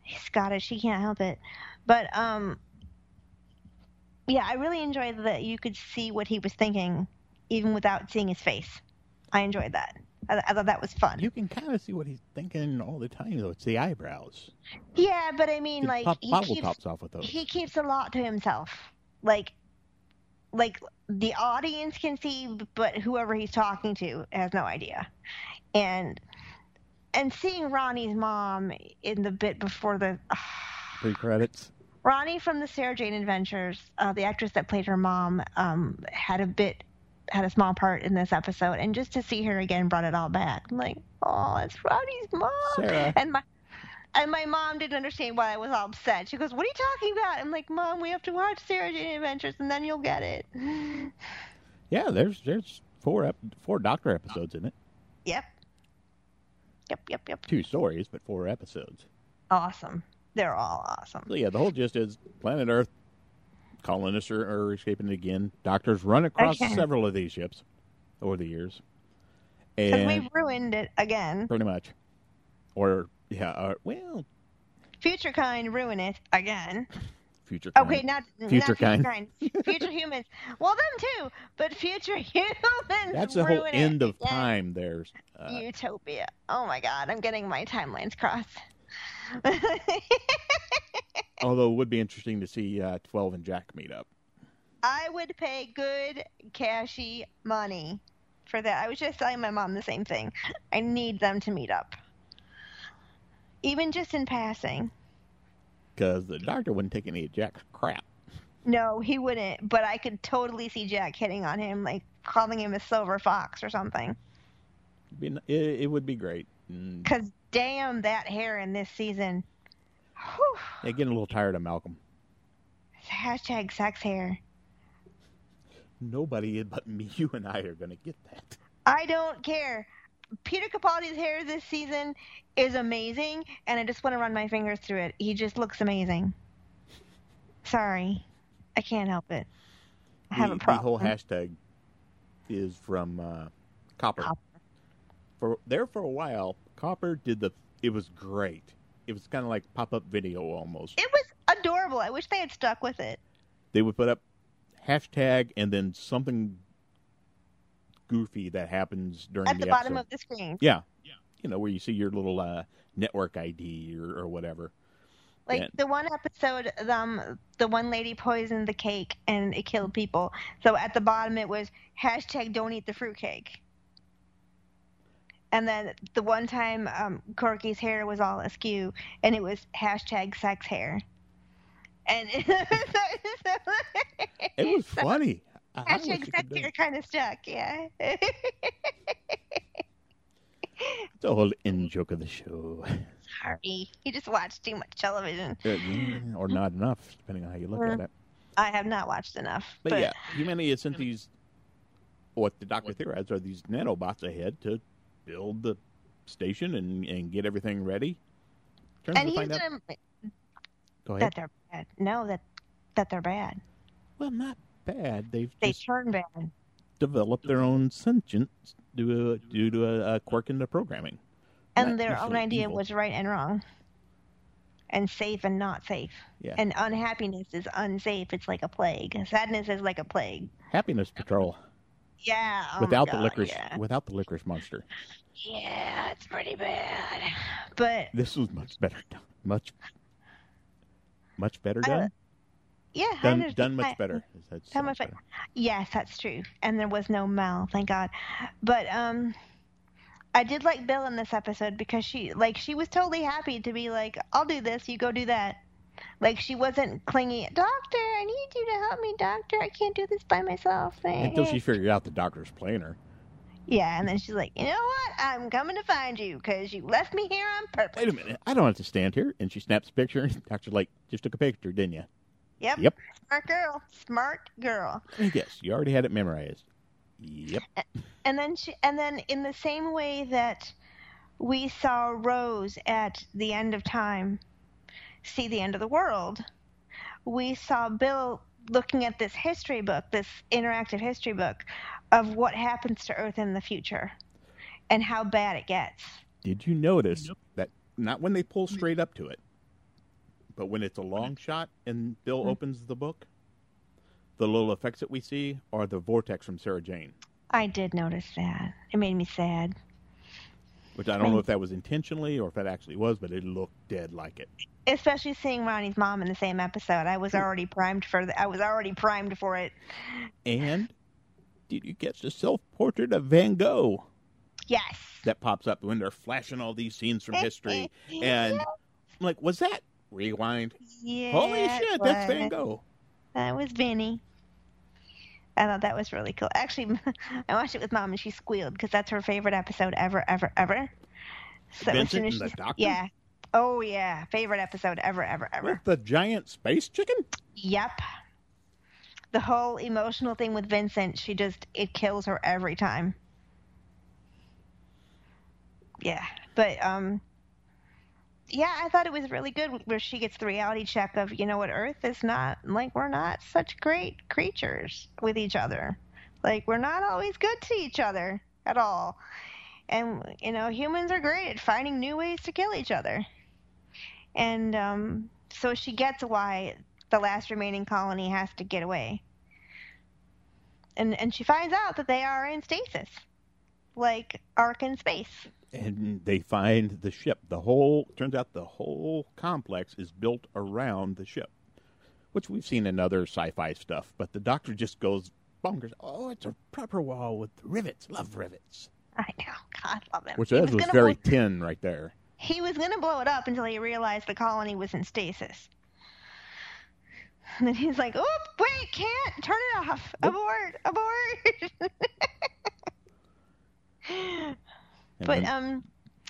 [SPEAKER 2] He's Scottish; he can't help it. But um, yeah, I really enjoyed that you could see what he was thinking even without seeing his face. I enjoyed that. I, I thought that was fun.
[SPEAKER 1] You can kind of see what he's thinking all the time though. It's the eyebrows.
[SPEAKER 2] yeah, but I mean,
[SPEAKER 1] It
[SPEAKER 2] like
[SPEAKER 1] pop,
[SPEAKER 2] he
[SPEAKER 1] bottle
[SPEAKER 2] keeps
[SPEAKER 1] pops off with those.
[SPEAKER 2] he keeps a lot to himself. Like, like the audience can see, but whoever he's talking to has no idea. And and seeing Ronnie's mom in the bit before the ah,
[SPEAKER 1] Pre credits.
[SPEAKER 2] Ronnie from the Sarah Jane Adventures, uh, the actress that played her mom, um, had a bit had a small part in this episode, and just to see her again brought it all back. I'm like, oh, it's Ronnie's mom.
[SPEAKER 1] Sarah.
[SPEAKER 2] And my and my mom didn't understand why I was all upset. She goes, "What are you talking about?" I'm like, "Mom, we have to watch Sarah Jane Adventures, and then you'll
[SPEAKER 1] [sighs]
[SPEAKER 2] get it."
[SPEAKER 1] Yeah, there's there's four ep- four Doctor episodes in it.
[SPEAKER 2] Yep. Yep. Yep. Yep.
[SPEAKER 1] Two stories, but four episodes.
[SPEAKER 2] Awesome. They're all awesome.
[SPEAKER 1] So yeah, the whole gist is planet Earth colonists are, are escaping again. Doctors run across
[SPEAKER 2] Okay.
[SPEAKER 1] several of these ships over the years,
[SPEAKER 2] Because
[SPEAKER 1] and
[SPEAKER 2] we've ruined it again.
[SPEAKER 1] pretty much, or yeah, or, well,
[SPEAKER 2] Future kind ruin it again.
[SPEAKER 1] future. kind.
[SPEAKER 2] Okay, not
[SPEAKER 1] Future
[SPEAKER 2] not
[SPEAKER 1] kind.
[SPEAKER 2] kind.
[SPEAKER 1] [laughs]
[SPEAKER 2] Future humans. Well, them too, but future [laughs] humans.
[SPEAKER 1] That's the
[SPEAKER 2] ruin
[SPEAKER 1] whole
[SPEAKER 2] it.
[SPEAKER 1] end of
[SPEAKER 2] Yeah,
[SPEAKER 1] time. There's uh,
[SPEAKER 2] Utopia. Oh my God, I'm getting my timelines crossed. [laughs]
[SPEAKER 1] although it would be interesting to see uh, Twelve and Jack meet up.
[SPEAKER 2] I would pay good cashy money for that. I was just telling my mom the same thing. I need them to meet up, even just in passing.
[SPEAKER 1] because the doctor wouldn't take any of Jack's crap.
[SPEAKER 2] No, he wouldn't. But I could totally see Jack hitting on him, like calling him a silver fox or something.
[SPEAKER 1] It'd be n- It, it would be great. And
[SPEAKER 2] Because damn that hair in this season. Whew.
[SPEAKER 1] they're getting a little tired of Malcolm.
[SPEAKER 2] Hashtag sex hair.
[SPEAKER 1] Nobody but me, [laughs] you and I are going to get that.
[SPEAKER 2] I don't care. Peter Capaldi's hair this season is amazing, and I just want to run my fingers through it. He just looks amazing. Sorry. I can't help it. I have
[SPEAKER 1] the,
[SPEAKER 2] a
[SPEAKER 1] the
[SPEAKER 2] problem.
[SPEAKER 1] whole hashtag is from uh, Copper.
[SPEAKER 2] Copper.
[SPEAKER 1] For there for a while, Copper did the. It was great. It was kind of like pop up video almost.
[SPEAKER 2] It was adorable. I wish they had stuck with it.
[SPEAKER 1] They would put up hashtag and then something goofy that happens during
[SPEAKER 2] At the,
[SPEAKER 1] the
[SPEAKER 2] bottom
[SPEAKER 1] episode.
[SPEAKER 2] of the screen.
[SPEAKER 1] Yeah. You know, where you see your little uh, network ID or, or whatever.
[SPEAKER 2] Like
[SPEAKER 1] Yeah.
[SPEAKER 2] the one episode, um, the one lady poisoned the cake and it killed people. So at the bottom it was hashtag don't eat the fruitcake. And then the one time um, Corky's hair was all askew and it was hashtag sex hair. And [laughs]
[SPEAKER 1] It was funny. I- I wish
[SPEAKER 2] hashtag
[SPEAKER 1] it
[SPEAKER 2] sex
[SPEAKER 1] could do-
[SPEAKER 2] hair kind of stuck, yeah. [laughs]
[SPEAKER 1] It's a whole in joke of the show, [laughs]
[SPEAKER 2] Sorry, you just watched too much television.
[SPEAKER 1] Yeah, or not enough, depending on how you look at it.
[SPEAKER 2] I have not watched enough.
[SPEAKER 1] But, yeah, humanity has sent these what the doctor theorized are these nanobots ahead to build the station and, and get everything ready. Turns
[SPEAKER 2] and
[SPEAKER 1] to
[SPEAKER 2] he's
[SPEAKER 1] find out,
[SPEAKER 2] gonna
[SPEAKER 1] go
[SPEAKER 2] [laughs]
[SPEAKER 1] ahead.
[SPEAKER 2] that they're bad. No, that that they're bad.
[SPEAKER 1] Well, not bad. They've
[SPEAKER 2] They
[SPEAKER 1] just
[SPEAKER 2] turn bad.
[SPEAKER 1] developed their own sentience due to, due to a, a quirk in the programming.
[SPEAKER 2] And
[SPEAKER 1] Not
[SPEAKER 2] their own
[SPEAKER 1] necessarily
[SPEAKER 2] idea
[SPEAKER 1] evil.
[SPEAKER 2] was right and wrong. And safe and not safe.
[SPEAKER 1] Yeah.
[SPEAKER 2] And unhappiness is unsafe. It's like a plague. Sadness is like a plague.
[SPEAKER 1] happiness patrol
[SPEAKER 2] Yeah. oh my
[SPEAKER 1] without the
[SPEAKER 2] God,
[SPEAKER 1] licorice
[SPEAKER 2] Yeah.
[SPEAKER 1] without the licorice monster.
[SPEAKER 2] yeah, it's pretty bad. But
[SPEAKER 1] This was much better [laughs] done. Much much better
[SPEAKER 2] I-
[SPEAKER 1] done.
[SPEAKER 2] yeah, I
[SPEAKER 1] done,
[SPEAKER 2] understand
[SPEAKER 1] done much
[SPEAKER 2] that.
[SPEAKER 1] better. Is that so
[SPEAKER 2] Done much better. Yes, that's true. And there was no Mel, thank God. But um I did like Bill in this episode because she like she was totally happy to be like, I'll do this, you go do that. Like she wasn't clingy. Doctor, I need you to help me. Doctor, I can't do this by myself.
[SPEAKER 1] Until
[SPEAKER 2] [laughs]
[SPEAKER 1] she figured out the doctor's playing her.
[SPEAKER 2] Yeah, and then she's like, you know what? I'm coming to find you because you left me here on purpose.
[SPEAKER 1] Wait a minute, I don't have to stand here. And she snaps a picture. [laughs] And the doctor's like, just took a picture, didn't you?
[SPEAKER 2] Yep.
[SPEAKER 1] Yep.
[SPEAKER 2] Smart girl. Smart girl.
[SPEAKER 1] yes, you already had it memorized. Yep.
[SPEAKER 2] And then she, and then in the same way that we saw Rose at the end of time see the end of the world, we saw Bill looking at this history book, this interactive history book of what happens to Earth in the future and how bad it gets.
[SPEAKER 1] Did you notice that not when they pull straight up to it, but when it's a long shot and Bill opens the book, the little effects that we see are the vortex from Sarah Jane,
[SPEAKER 2] I did notice that. It made me sad.
[SPEAKER 1] which I don't know if that was intentionally or if that actually was, but it looked dead like it.
[SPEAKER 2] Especially seeing Ronnie's mom in the same episode. I
[SPEAKER 1] Mm.
[SPEAKER 2] was already primed for the, I was already primed for it.
[SPEAKER 1] And did you get the self portrait of Van Gogh
[SPEAKER 2] Yes.
[SPEAKER 1] that pops up when they're flashing all these scenes from
[SPEAKER 2] [laughs]
[SPEAKER 1] history? And I'm like, was that rewind?
[SPEAKER 2] Yeah,
[SPEAKER 1] Holy
[SPEAKER 2] it
[SPEAKER 1] shit, that's Van
[SPEAKER 2] was.
[SPEAKER 1] Gogh.
[SPEAKER 2] That was Vinny. I thought that was really cool. Actually, [laughs] I watched it with mom and she squealed because that's her favorite episode ever, ever, ever. So as soon
[SPEAKER 1] Vincent
[SPEAKER 2] as
[SPEAKER 1] and the
[SPEAKER 2] she-
[SPEAKER 1] Doctor?
[SPEAKER 2] Yeah. Oh yeah, favorite episode ever, ever, ever.
[SPEAKER 1] With the giant space chicken?
[SPEAKER 2] Yep. The whole emotional thing with Vincent, she just it kills her every time. Yeah, but um yeah, I thought it was really good where she gets the reality check of, you know what, Earth is not like we're not such great creatures with each other. Like we're not always good to each other at all. And you know, humans are great at finding new ways to kill each other. And um so she gets why the last remaining colony has to get away. And and she finds out that they are in stasis. Like Ark in space.
[SPEAKER 1] and they find the ship. The whole turns out the whole complex is built around the ship, which we've seen in other sci-fi stuff. But the doctor just goes bonkers. Oh, it's a proper wall with rivets. Love rivets.
[SPEAKER 2] I know. [laughs] God love him.
[SPEAKER 1] Which
[SPEAKER 2] he
[SPEAKER 1] that was
[SPEAKER 2] gonna
[SPEAKER 1] very
[SPEAKER 2] blow,
[SPEAKER 1] tin right there.
[SPEAKER 2] he was gonna blow it up until he realized the colony was in stasis. And then he's like, "Oop! Wait, can't turn it off.
[SPEAKER 1] Nope.
[SPEAKER 2] Abort! Abort!" [laughs]
[SPEAKER 1] And
[SPEAKER 2] but
[SPEAKER 1] then
[SPEAKER 2] um,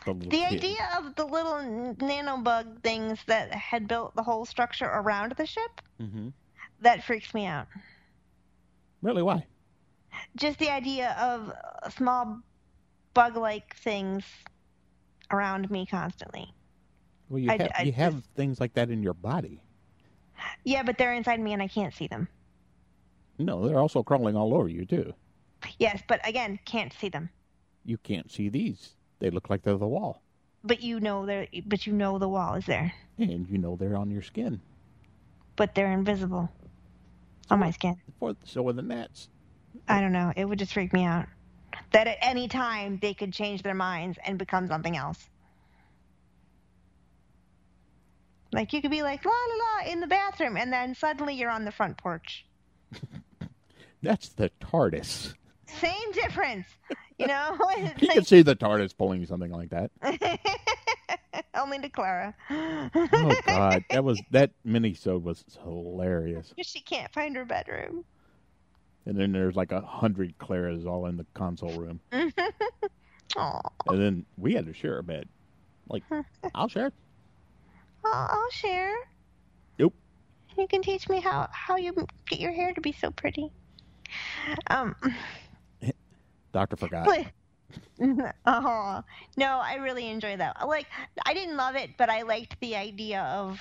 [SPEAKER 1] the, little
[SPEAKER 2] The
[SPEAKER 1] kid-
[SPEAKER 2] idea of the little n- nanobug things that had built the whole structure around the ship,
[SPEAKER 1] Mhm.
[SPEAKER 2] that freaks me out.
[SPEAKER 1] Really, why?
[SPEAKER 2] Just the idea of uh, small bug like things around me constantly.
[SPEAKER 1] Well, you
[SPEAKER 2] I-
[SPEAKER 1] have
[SPEAKER 2] I
[SPEAKER 1] you have
[SPEAKER 2] just-
[SPEAKER 1] things like that in your body.
[SPEAKER 2] Yeah, but they're inside me and I can't see them.
[SPEAKER 1] No, they're also crawling all over you too.
[SPEAKER 2] Yes, but again, can't see them.
[SPEAKER 1] You can't see these. They look like they're the wall,
[SPEAKER 2] But you know they're, but you know the wall is there,
[SPEAKER 1] and you know they're on your skin.
[SPEAKER 2] but they're invisible on my skin.
[SPEAKER 1] For, so are the gnats.
[SPEAKER 2] I don't know. It would just freak me out that at any time they could change their minds and become something else. Like you could be like la la la in the bathroom, and then suddenly you're on the front porch.
[SPEAKER 1] That's the TARDIS.
[SPEAKER 2] Same difference, you know. [laughs] It's
[SPEAKER 1] You could see the TARDIS pulling something like that.
[SPEAKER 2] like- [laughs] only to Clara. [gasps]
[SPEAKER 1] Oh God, that was that minisode was hilarious.
[SPEAKER 2] she can't find her bedroom.
[SPEAKER 1] And then there's like a hundred Claras all in the console room,
[SPEAKER 2] Aw,
[SPEAKER 1] and then we had to share a bed. Like, I'll share. it.
[SPEAKER 2] I'll, I'll share.
[SPEAKER 1] Nope.
[SPEAKER 2] You can teach me how how you get your hair to be so pretty. Um.
[SPEAKER 1] Doctor forgot.
[SPEAKER 2] But, [laughs] oh no, I really enjoyed that. Like I didn't love it, but I liked the idea of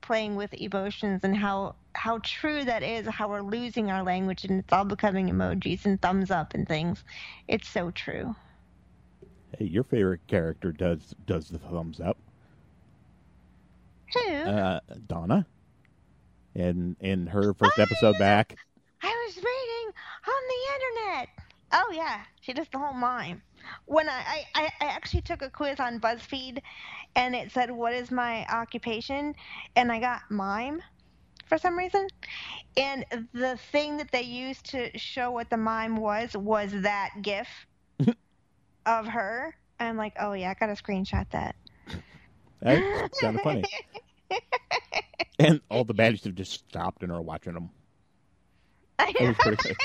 [SPEAKER 2] playing with emotions and how how true that is. How we're losing our language and it's all becoming emojis and thumbs up and things. It's so true.
[SPEAKER 1] Hey, your favorite character does does the thumbs up,
[SPEAKER 2] Who?
[SPEAKER 1] uh, Donna, and in her first episode back.
[SPEAKER 2] I was reading on the internet. Oh yeah, she does the whole mime. When I, I, I- I actually took a quiz on BuzzFeed, and it said what is my occupation, and I got mime, for some reason. And the thing that they used to show what the mime was was that GIF of her. I'm like, oh yeah, I gotta screenshot that. [laughs]
[SPEAKER 1] That's kind of funny. And all the baddies have just stopped and are watching them.
[SPEAKER 2] [laughs] I
[SPEAKER 1] That
[SPEAKER 2] know.
[SPEAKER 1] was pretty good.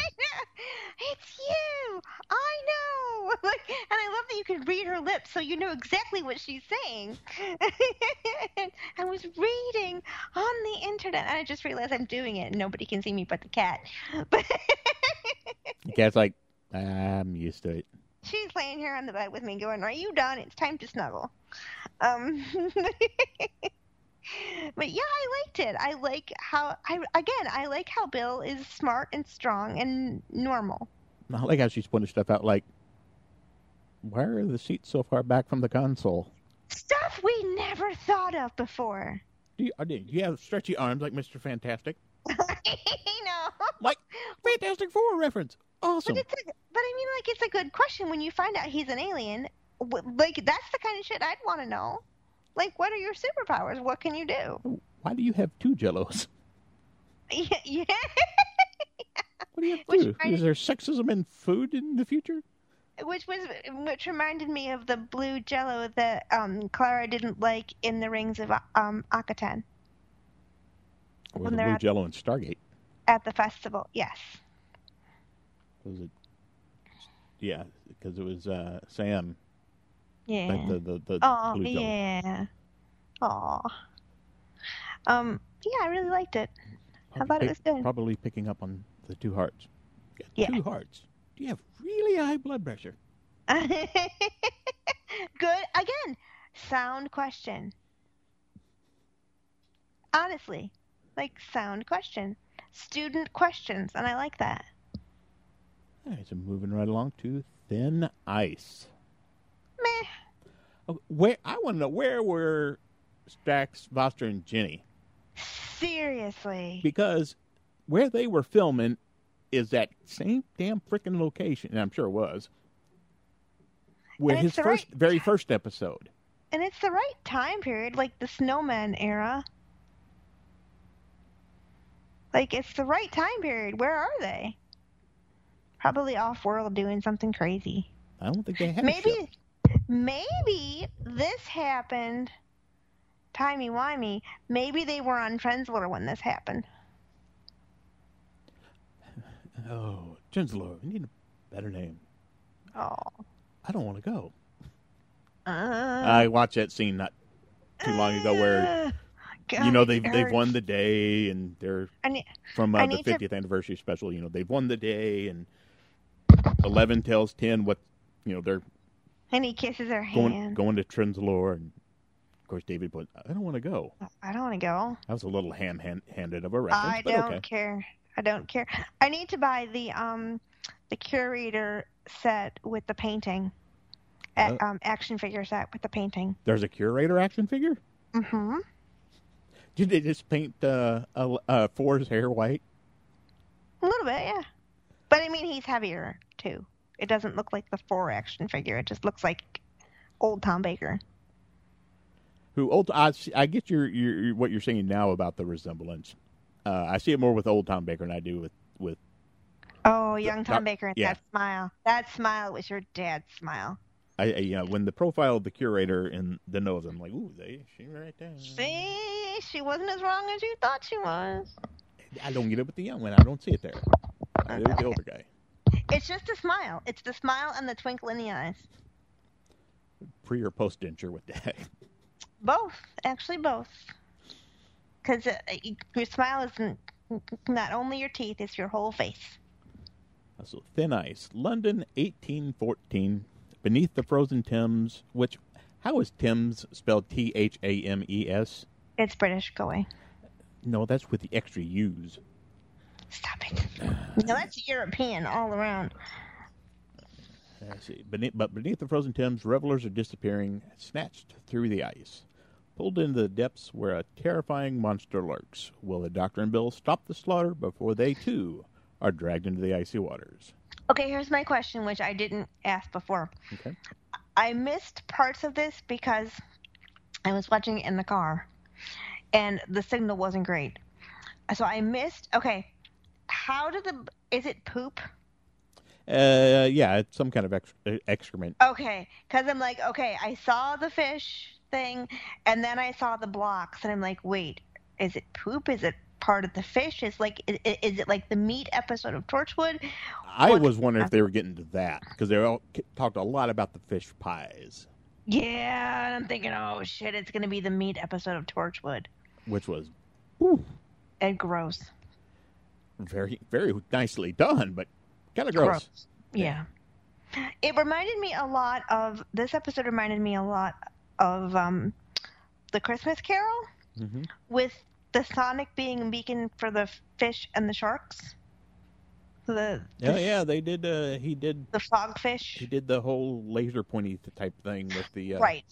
[SPEAKER 2] It's you. I know. [laughs] Like, and I love that you can read her lips, so you know exactly what she's saying. [laughs] I was reading on the internet, and I just realized I'm doing it, and nobody can see me but the cat. [laughs] But
[SPEAKER 1] The cat's like, I'm used to it.
[SPEAKER 2] she's laying here on the bed with me, going, "Are you done? It's time to snuggle." Um. [laughs] But yeah, I liked it. I like how I again, I like how Bill is smart and strong and normal.
[SPEAKER 1] I like how she's pointing stuff out like, why are the seats so far back from the console?
[SPEAKER 2] Stuff we never thought of before. [laughs]
[SPEAKER 1] Do you, uh, do you have stretchy arms like Mr. Fantastic?
[SPEAKER 2] you know.
[SPEAKER 1] Like, Fantastic Four reference. Awesome.
[SPEAKER 2] But it's a, but I mean, like, it's a good question when you find out he's an alien. W- Like, that's the kind of shit I'd want to know. Like, what are your superpowers? What can you do? [laughs]
[SPEAKER 1] Why do you have two [laughs] jellos?
[SPEAKER 2] Yeah, yeah.
[SPEAKER 1] What do you have
[SPEAKER 2] Which
[SPEAKER 1] two?
[SPEAKER 2] part
[SPEAKER 1] Is there sexism in food in the future?
[SPEAKER 2] Which was which reminded me of the blue Jello that um Clara didn't like in the Rings of um Akatan
[SPEAKER 1] Or
[SPEAKER 2] When
[SPEAKER 1] the
[SPEAKER 2] they're
[SPEAKER 1] blue
[SPEAKER 2] at-
[SPEAKER 1] jello in Stargate?
[SPEAKER 2] at the festival. Yes.
[SPEAKER 1] Was it? Yeah, because it was uh, Sam,
[SPEAKER 2] Yeah.
[SPEAKER 1] like the the, the
[SPEAKER 2] Oh
[SPEAKER 1] blue jello.
[SPEAKER 2] yeah. Oh. Um. Yeah, I really liked it. I
[SPEAKER 1] Probably
[SPEAKER 2] thought it
[SPEAKER 1] pick-
[SPEAKER 2] was good.
[SPEAKER 1] Probably picking up on the two hearts. You got
[SPEAKER 2] Yeah.
[SPEAKER 1] Two hearts. Do you have really high blood pressure?
[SPEAKER 2] [laughs] Good again. Sound question. Honestly, like sound question. Student questions, and I like that.
[SPEAKER 1] All right, so moving right along to Thin Ice.
[SPEAKER 2] Meh.
[SPEAKER 1] Oh, Where I want to know where were Stax, Foster, and Jenny
[SPEAKER 2] Seriously.
[SPEAKER 1] because where they were filming is that same damn freaking location, and I'm sure it was. Where
[SPEAKER 2] And
[SPEAKER 1] his
[SPEAKER 2] it's the
[SPEAKER 1] first,
[SPEAKER 2] right-
[SPEAKER 1] very first episode.
[SPEAKER 2] And it's the right time period, like the snowman era. Like it's the right time period. Where are they? Probably off world doing something crazy.
[SPEAKER 1] I don't think they had a ship.
[SPEAKER 2] maybe maybe this happened timey wimey maybe they were on Friendsler when this happened
[SPEAKER 1] Oh, Gensler, we need a better name.
[SPEAKER 2] oh
[SPEAKER 1] I don't want to go.
[SPEAKER 2] uh,
[SPEAKER 1] I watched that scene not too long ago where
[SPEAKER 2] Oh, Ah,
[SPEAKER 1] you know they've they've won the day and they're
[SPEAKER 2] I ne-
[SPEAKER 1] from uh,
[SPEAKER 2] I
[SPEAKER 1] the
[SPEAKER 2] need to-
[SPEAKER 1] 50th anniversary special. You know they've won the day and Eleven tells Ten what you know they're
[SPEAKER 2] and he kisses her
[SPEAKER 1] going
[SPEAKER 2] hand
[SPEAKER 1] going to Trenzalore and of course David went I don't want to go.
[SPEAKER 2] I don't want to go
[SPEAKER 1] That was a little ham hand, handed of a reference,
[SPEAKER 2] I
[SPEAKER 1] but
[SPEAKER 2] don't
[SPEAKER 1] okay.
[SPEAKER 2] care I don't care I need to buy the um the curator set with the painting A-
[SPEAKER 1] Uh.
[SPEAKER 2] um action figure set with the painting
[SPEAKER 1] There's a curator action figure.
[SPEAKER 2] mhm
[SPEAKER 1] Did they just paint uh, uh, uh, Four's hair white?
[SPEAKER 2] A little bit, yeah. But I mean, he's heavier too. It doesn't look like the four action figure. It just looks like old Tom Baker.
[SPEAKER 1] who old I, see- I get your, your your- what you're saying now about the resemblance. Uh, I see it more with old Tom Baker than I do with with
[SPEAKER 2] Oh, young Tom
[SPEAKER 1] that-
[SPEAKER 2] Baker and
[SPEAKER 1] yeah.
[SPEAKER 2] that smile. That smile was your dad's smile.
[SPEAKER 1] I, I you know, when the profile of the curator and the nose. I'm like, ooh, they she right there.
[SPEAKER 2] See, she wasn't as wrong as you thought she was.
[SPEAKER 1] I don't get it with the young one. I don't see it there. I do with the older guy.
[SPEAKER 2] It's just a smile. It's the smile and the twinkle in the eyes.
[SPEAKER 1] Pre or post denture with that. [laughs]
[SPEAKER 2] Both, actually, both. Because uh, y- your smile isn't not only your teeth; it's your whole face.
[SPEAKER 1] So thin ice, London, 1814, beneath the frozen Thames. Which, how is Thames spelled? T H A M E S.
[SPEAKER 2] It's British. Go away.
[SPEAKER 1] No, that's with the extra U's.
[SPEAKER 2] Stop it. Now that's European all around.
[SPEAKER 1] I see. Beneath, but beneath the frozen Thames, revelers are disappearing, snatched through the ice. Pulled into the depths where a terrifying monster lurks. Will the Doctor and Bill stop the slaughter before they, too, are dragged into the icy waters?
[SPEAKER 2] Okay, here's my question, which I didn't ask before.
[SPEAKER 1] Okay.
[SPEAKER 2] I missed parts of this because I was watching it in the car and the signal wasn't great. So I missed. Okay, how do the. Is it poop?
[SPEAKER 1] Uh, yeah, it's some kind of ex- uh, excrement.
[SPEAKER 2] Okay, because I'm like, okay, I saw the fish thing and then I saw the blocks and I'm like, wait, is it poop? Is it part of the fish? Is like is, is it like the meat episode of Torchwood?
[SPEAKER 1] I was wondering if they were getting to that because they all k- talked a lot about the fish pies,
[SPEAKER 2] Yeah, and I'm thinking, oh shit, it's gonna be the meat episode of Torchwood.
[SPEAKER 1] which was ooh,
[SPEAKER 2] And gross.
[SPEAKER 1] very very nicely done, but kind of gross.
[SPEAKER 2] gross. Yeah. It reminded me a lot of this episode reminded me a lot of um the Christmas Carol
[SPEAKER 1] Mhm.
[SPEAKER 2] with the Sonic being a beacon for the fish and the sharks. The
[SPEAKER 1] Oh, Yeah, yeah, they did. Uh, he did.
[SPEAKER 2] the fog fish.
[SPEAKER 1] He did the whole laser pointy th- type thing with the uh,
[SPEAKER 2] Right.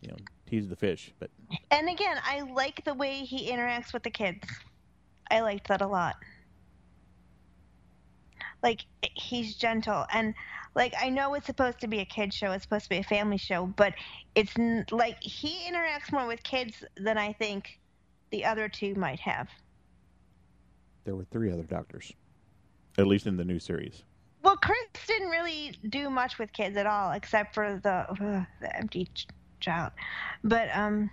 [SPEAKER 1] You know, tease the fish, but
[SPEAKER 2] And again, I like the way he interacts with the kids. I liked that a lot. Like he's gentle and like I know it's supposed to be a kid show, it's supposed to be a family show, but it's n- like he interacts more with kids than I think the other two might have.
[SPEAKER 1] there were three other doctors, at least in the new series.
[SPEAKER 2] Well, Chris didn't really do much with kids at all, except for the uh, the empty ch- child. But um,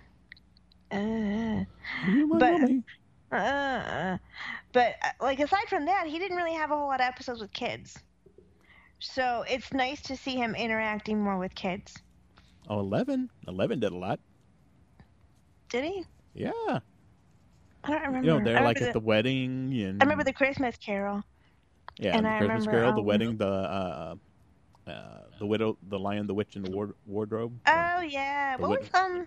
[SPEAKER 2] uh,
[SPEAKER 1] You my
[SPEAKER 2] But-
[SPEAKER 1] mommy.
[SPEAKER 2] Uh, but uh, like aside from that, he didn't really have a whole lot of episodes with kids. So it's nice to see him interacting more with kids.
[SPEAKER 1] Oh, 11. 11 did a lot.
[SPEAKER 2] Did he?
[SPEAKER 1] Yeah.
[SPEAKER 2] I don't remember.
[SPEAKER 1] You know,
[SPEAKER 2] I
[SPEAKER 1] they're
[SPEAKER 2] remember
[SPEAKER 1] like
[SPEAKER 2] the,
[SPEAKER 1] at the wedding. And,
[SPEAKER 2] I remember the Christmas Carol.
[SPEAKER 1] yeah,
[SPEAKER 2] and
[SPEAKER 1] the
[SPEAKER 2] I
[SPEAKER 1] Christmas
[SPEAKER 2] remember,
[SPEAKER 1] Carol, the
[SPEAKER 2] um,
[SPEAKER 1] wedding, the uh, uh, the widow, the lion, the witch, and the ward- wardrobe. or
[SPEAKER 2] Oh yeah,
[SPEAKER 1] The
[SPEAKER 2] what was
[SPEAKER 1] wit-
[SPEAKER 2] um?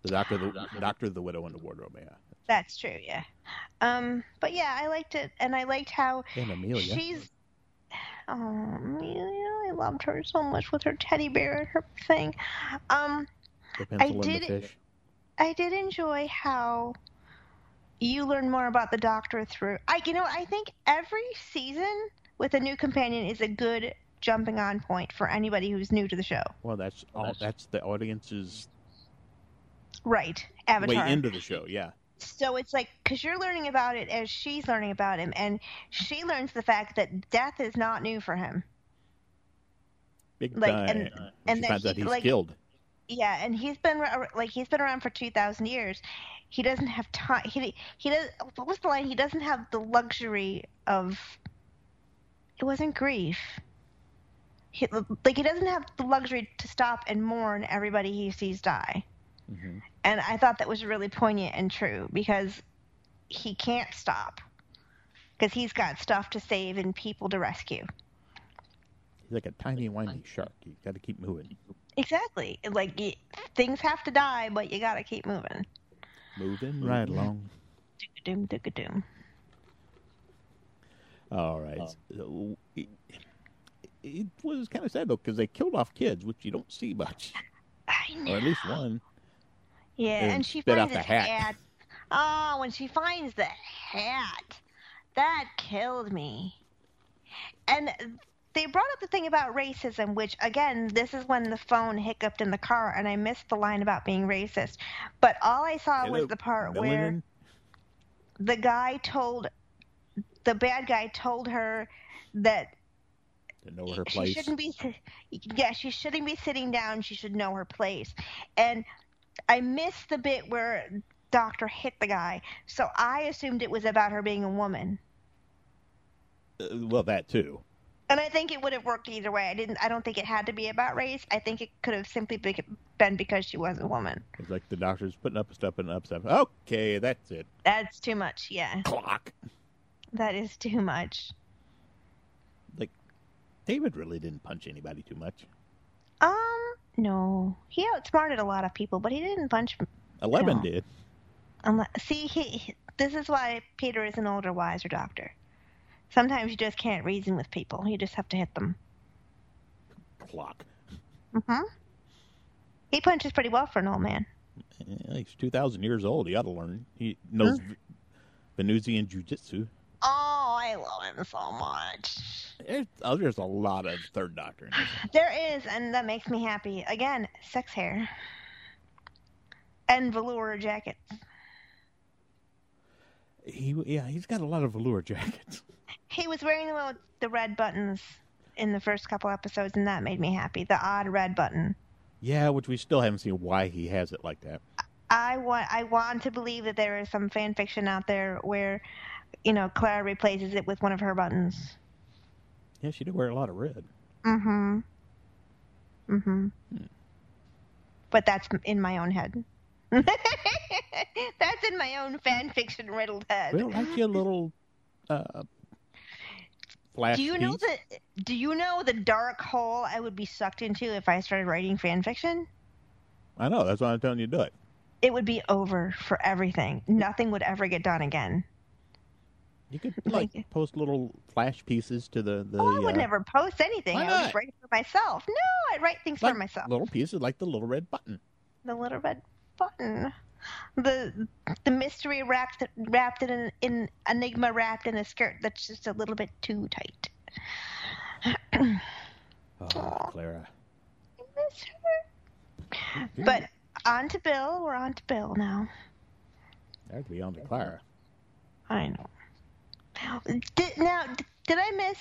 [SPEAKER 1] the doctor, the doctor, the widow, and the wardrobe. Yeah,
[SPEAKER 2] That's true. Yeah. Um. But yeah, I liked it, and I liked how
[SPEAKER 1] and Amelia.
[SPEAKER 2] she's. Oh, Amelia, I loved her so much with her teddy bear and her thing. Um.
[SPEAKER 1] the pencil and the
[SPEAKER 2] did-
[SPEAKER 1] fish.
[SPEAKER 2] I did enjoy how you learn more about the Doctor through. I, you know, I think every season with a new companion is a good jumping on point for anybody who's new to the show.
[SPEAKER 1] Well, that's all. That's the audience's
[SPEAKER 2] Right, Avatar.
[SPEAKER 1] way into the show. Yeah,
[SPEAKER 2] so it's like because you're learning about it as she's learning about him, and she learns the fact that death is not new for him.
[SPEAKER 1] big
[SPEAKER 2] Like,
[SPEAKER 1] time.
[SPEAKER 2] and-
[SPEAKER 1] When
[SPEAKER 2] and
[SPEAKER 1] she
[SPEAKER 2] that
[SPEAKER 1] finds out
[SPEAKER 2] he-
[SPEAKER 1] he's
[SPEAKER 2] like-
[SPEAKER 1] killed.
[SPEAKER 2] Yeah, and he's been ar- like he's been around for two thousand years. He doesn't have time. He he does. What was the line? He doesn't have the luxury of. It wasn't grief. He, like he doesn't have the luxury to stop and mourn everybody he sees die.
[SPEAKER 1] Mhm.
[SPEAKER 2] And I thought that was really poignant and true because he can't stop because he's got stuff to save and people to rescue.
[SPEAKER 1] He's like a tiny, whiny shark. You got to keep moving,
[SPEAKER 2] Exactly. Like y things have to die, but you gotta keep moving.
[SPEAKER 1] moving right
[SPEAKER 2] [laughs]
[SPEAKER 1] along.
[SPEAKER 2] Doom, doom, doom.
[SPEAKER 1] All right.
[SPEAKER 2] Oh.
[SPEAKER 1] So, it, it was kind of sad though because they killed off kids, which you don't see much,
[SPEAKER 2] I know.
[SPEAKER 1] or at least
[SPEAKER 2] [sighs]
[SPEAKER 1] one.
[SPEAKER 2] Yeah,
[SPEAKER 1] and
[SPEAKER 2] and, she
[SPEAKER 1] spit
[SPEAKER 2] finds
[SPEAKER 1] out the
[SPEAKER 2] his
[SPEAKER 1] hat.
[SPEAKER 2] Oh, when she finds the hat, that killed me. And they brought up the thing about racism, which again, this is when the phone hiccuped in the car, and I missed the line about being racist. But all I saw
[SPEAKER 1] Hello,
[SPEAKER 2] was the part where
[SPEAKER 1] melanin.
[SPEAKER 2] the guy told the bad guy told her that
[SPEAKER 1] to know her
[SPEAKER 2] she
[SPEAKER 1] place.
[SPEAKER 2] shouldn't be si- yeah she shouldn't be sitting down she should know her place and i missed the bit where doctor hit the guy so i assumed it was about her being a woman
[SPEAKER 1] Uh, well, that too.
[SPEAKER 2] and i think it would have worked either way i didn't i don't think it had to be about race i think it could have simply be- been because she was a woman
[SPEAKER 1] It's like the doctor's putting up stuff and up stuff. Okay, that's it.
[SPEAKER 2] that's too much yeah
[SPEAKER 1] Clock.
[SPEAKER 2] that is too much
[SPEAKER 1] David really didn't punch anybody too much.
[SPEAKER 2] um no he outsmarted a lot of people but he didn't punch
[SPEAKER 1] Eleven
[SPEAKER 2] No.
[SPEAKER 1] did.
[SPEAKER 2] Unless, see, he, he- this is why Peter is an older, wiser doctor. Sometimes you just can't reason with people. You just have to hit them.
[SPEAKER 1] Clock.
[SPEAKER 2] hmm He punches pretty well for an old man.
[SPEAKER 1] Eh, He's two thousand years old. He ought to learn. He knows Venusian jujitsu.
[SPEAKER 2] Oh, I love him so much.
[SPEAKER 1] There's, oh, there's a lot of third doctor. In this.
[SPEAKER 2] There is, and that makes me happy. Again, sex hair. And velour jackets.
[SPEAKER 1] He yeah, he's got a lot of velour jackets.
[SPEAKER 2] He was wearing the one with the red buttons in the first couple episodes, and that made me happy. The odd red button.
[SPEAKER 1] Yeah, which we still haven't seen why he has it like that.
[SPEAKER 2] I want I want to believe that there is some fan fiction out there where, you know, Clara replaces it with one of her buttons.
[SPEAKER 1] Yeah, she did wear a lot of red.
[SPEAKER 2] Mm-hmm. Mm-hmm. But that's in my own head. [laughs] that's in my own fan fiction riddled head.
[SPEAKER 1] Well, like your little uh, flash.
[SPEAKER 2] do you know
[SPEAKER 1] piece.
[SPEAKER 2] the Do you know the dark hole I would be sucked into if I started writing fan fiction?
[SPEAKER 1] I know. That's why I'm telling you to do it.
[SPEAKER 2] It would be over for everything. Nothing would ever get done again.
[SPEAKER 1] You could like
[SPEAKER 2] Like-
[SPEAKER 1] post little flash pieces to the the.
[SPEAKER 2] oh, I would
[SPEAKER 1] uh,
[SPEAKER 2] never post anything.
[SPEAKER 1] Why
[SPEAKER 2] I would just
[SPEAKER 1] not?
[SPEAKER 2] write for myself. No, I write things
[SPEAKER 1] like
[SPEAKER 2] for myself.
[SPEAKER 1] Little pieces like the little red button.
[SPEAKER 2] the little red button. The the mystery wrapped wrapped in an in enigma wrapped in a skirt that's just a little bit too tight.
[SPEAKER 1] Oh,
[SPEAKER 2] Aw.
[SPEAKER 1] Clara.
[SPEAKER 2] I miss her. But on to Bill. We're on to Bill now.
[SPEAKER 1] that'd be on to Clara.
[SPEAKER 2] I know. Did, now, d- did I miss?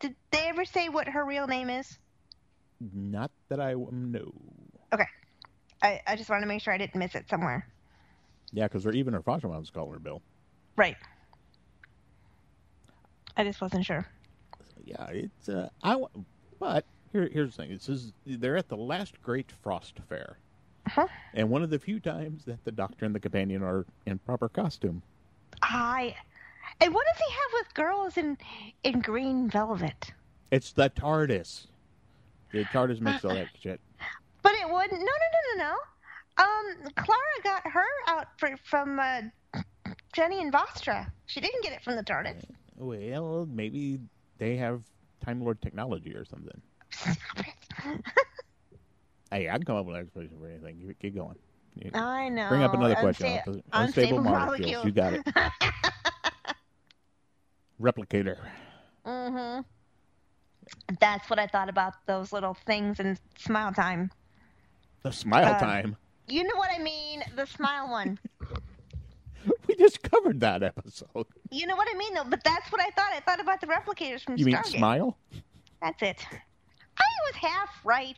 [SPEAKER 2] Did they ever say what her real name is?
[SPEAKER 1] Not that I um, know.
[SPEAKER 2] I, I just want to make sure I didn't miss it somewhere.
[SPEAKER 1] Yeah, because even her foster mom's calling her Bill.
[SPEAKER 2] Right. I just wasn't sure.
[SPEAKER 1] Yeah, it's uh, I. w- But here, here's the thing. It says they're at the last Great Frost Fair,
[SPEAKER 2] Uh-huh.
[SPEAKER 1] and one of the few times that the Doctor and the companion are in proper costume.
[SPEAKER 2] I. And what does he have with girls in in green velvet?
[SPEAKER 1] It's the TARDIS. The TARDIS makes all
[SPEAKER 2] [laughs]
[SPEAKER 1] that shit.
[SPEAKER 2] But it wouldn't. No, no, no, no, no. Um, Clara got her out for, from uh, Jenny and Vostra. She didn't get it from the TARDIS.
[SPEAKER 1] Well, maybe they have Time Lord technology or something.
[SPEAKER 2] Stop it.
[SPEAKER 1] Hey, I can come up with an explanation for anything. You keep going. You-
[SPEAKER 2] I know.
[SPEAKER 1] Bring up another question.
[SPEAKER 2] Unsta-
[SPEAKER 1] Unsta-
[SPEAKER 2] Oh, unstable
[SPEAKER 1] unstable molecules.
[SPEAKER 2] molecules.
[SPEAKER 1] You got
[SPEAKER 2] [laughs]
[SPEAKER 1] it. Replicator.
[SPEAKER 2] hmm That's what I thought about those little things in Smile Time.
[SPEAKER 1] The smile
[SPEAKER 2] Uh,
[SPEAKER 1] time.
[SPEAKER 2] You know what I mean? The smile
[SPEAKER 1] [laughs]
[SPEAKER 2] one.
[SPEAKER 1] We just covered that episode.
[SPEAKER 2] You know what I mean, though. But that's what I thought. I thought about the replicators from
[SPEAKER 1] You mean
[SPEAKER 2] Stargate.
[SPEAKER 1] smile?
[SPEAKER 2] That's it. I was half right.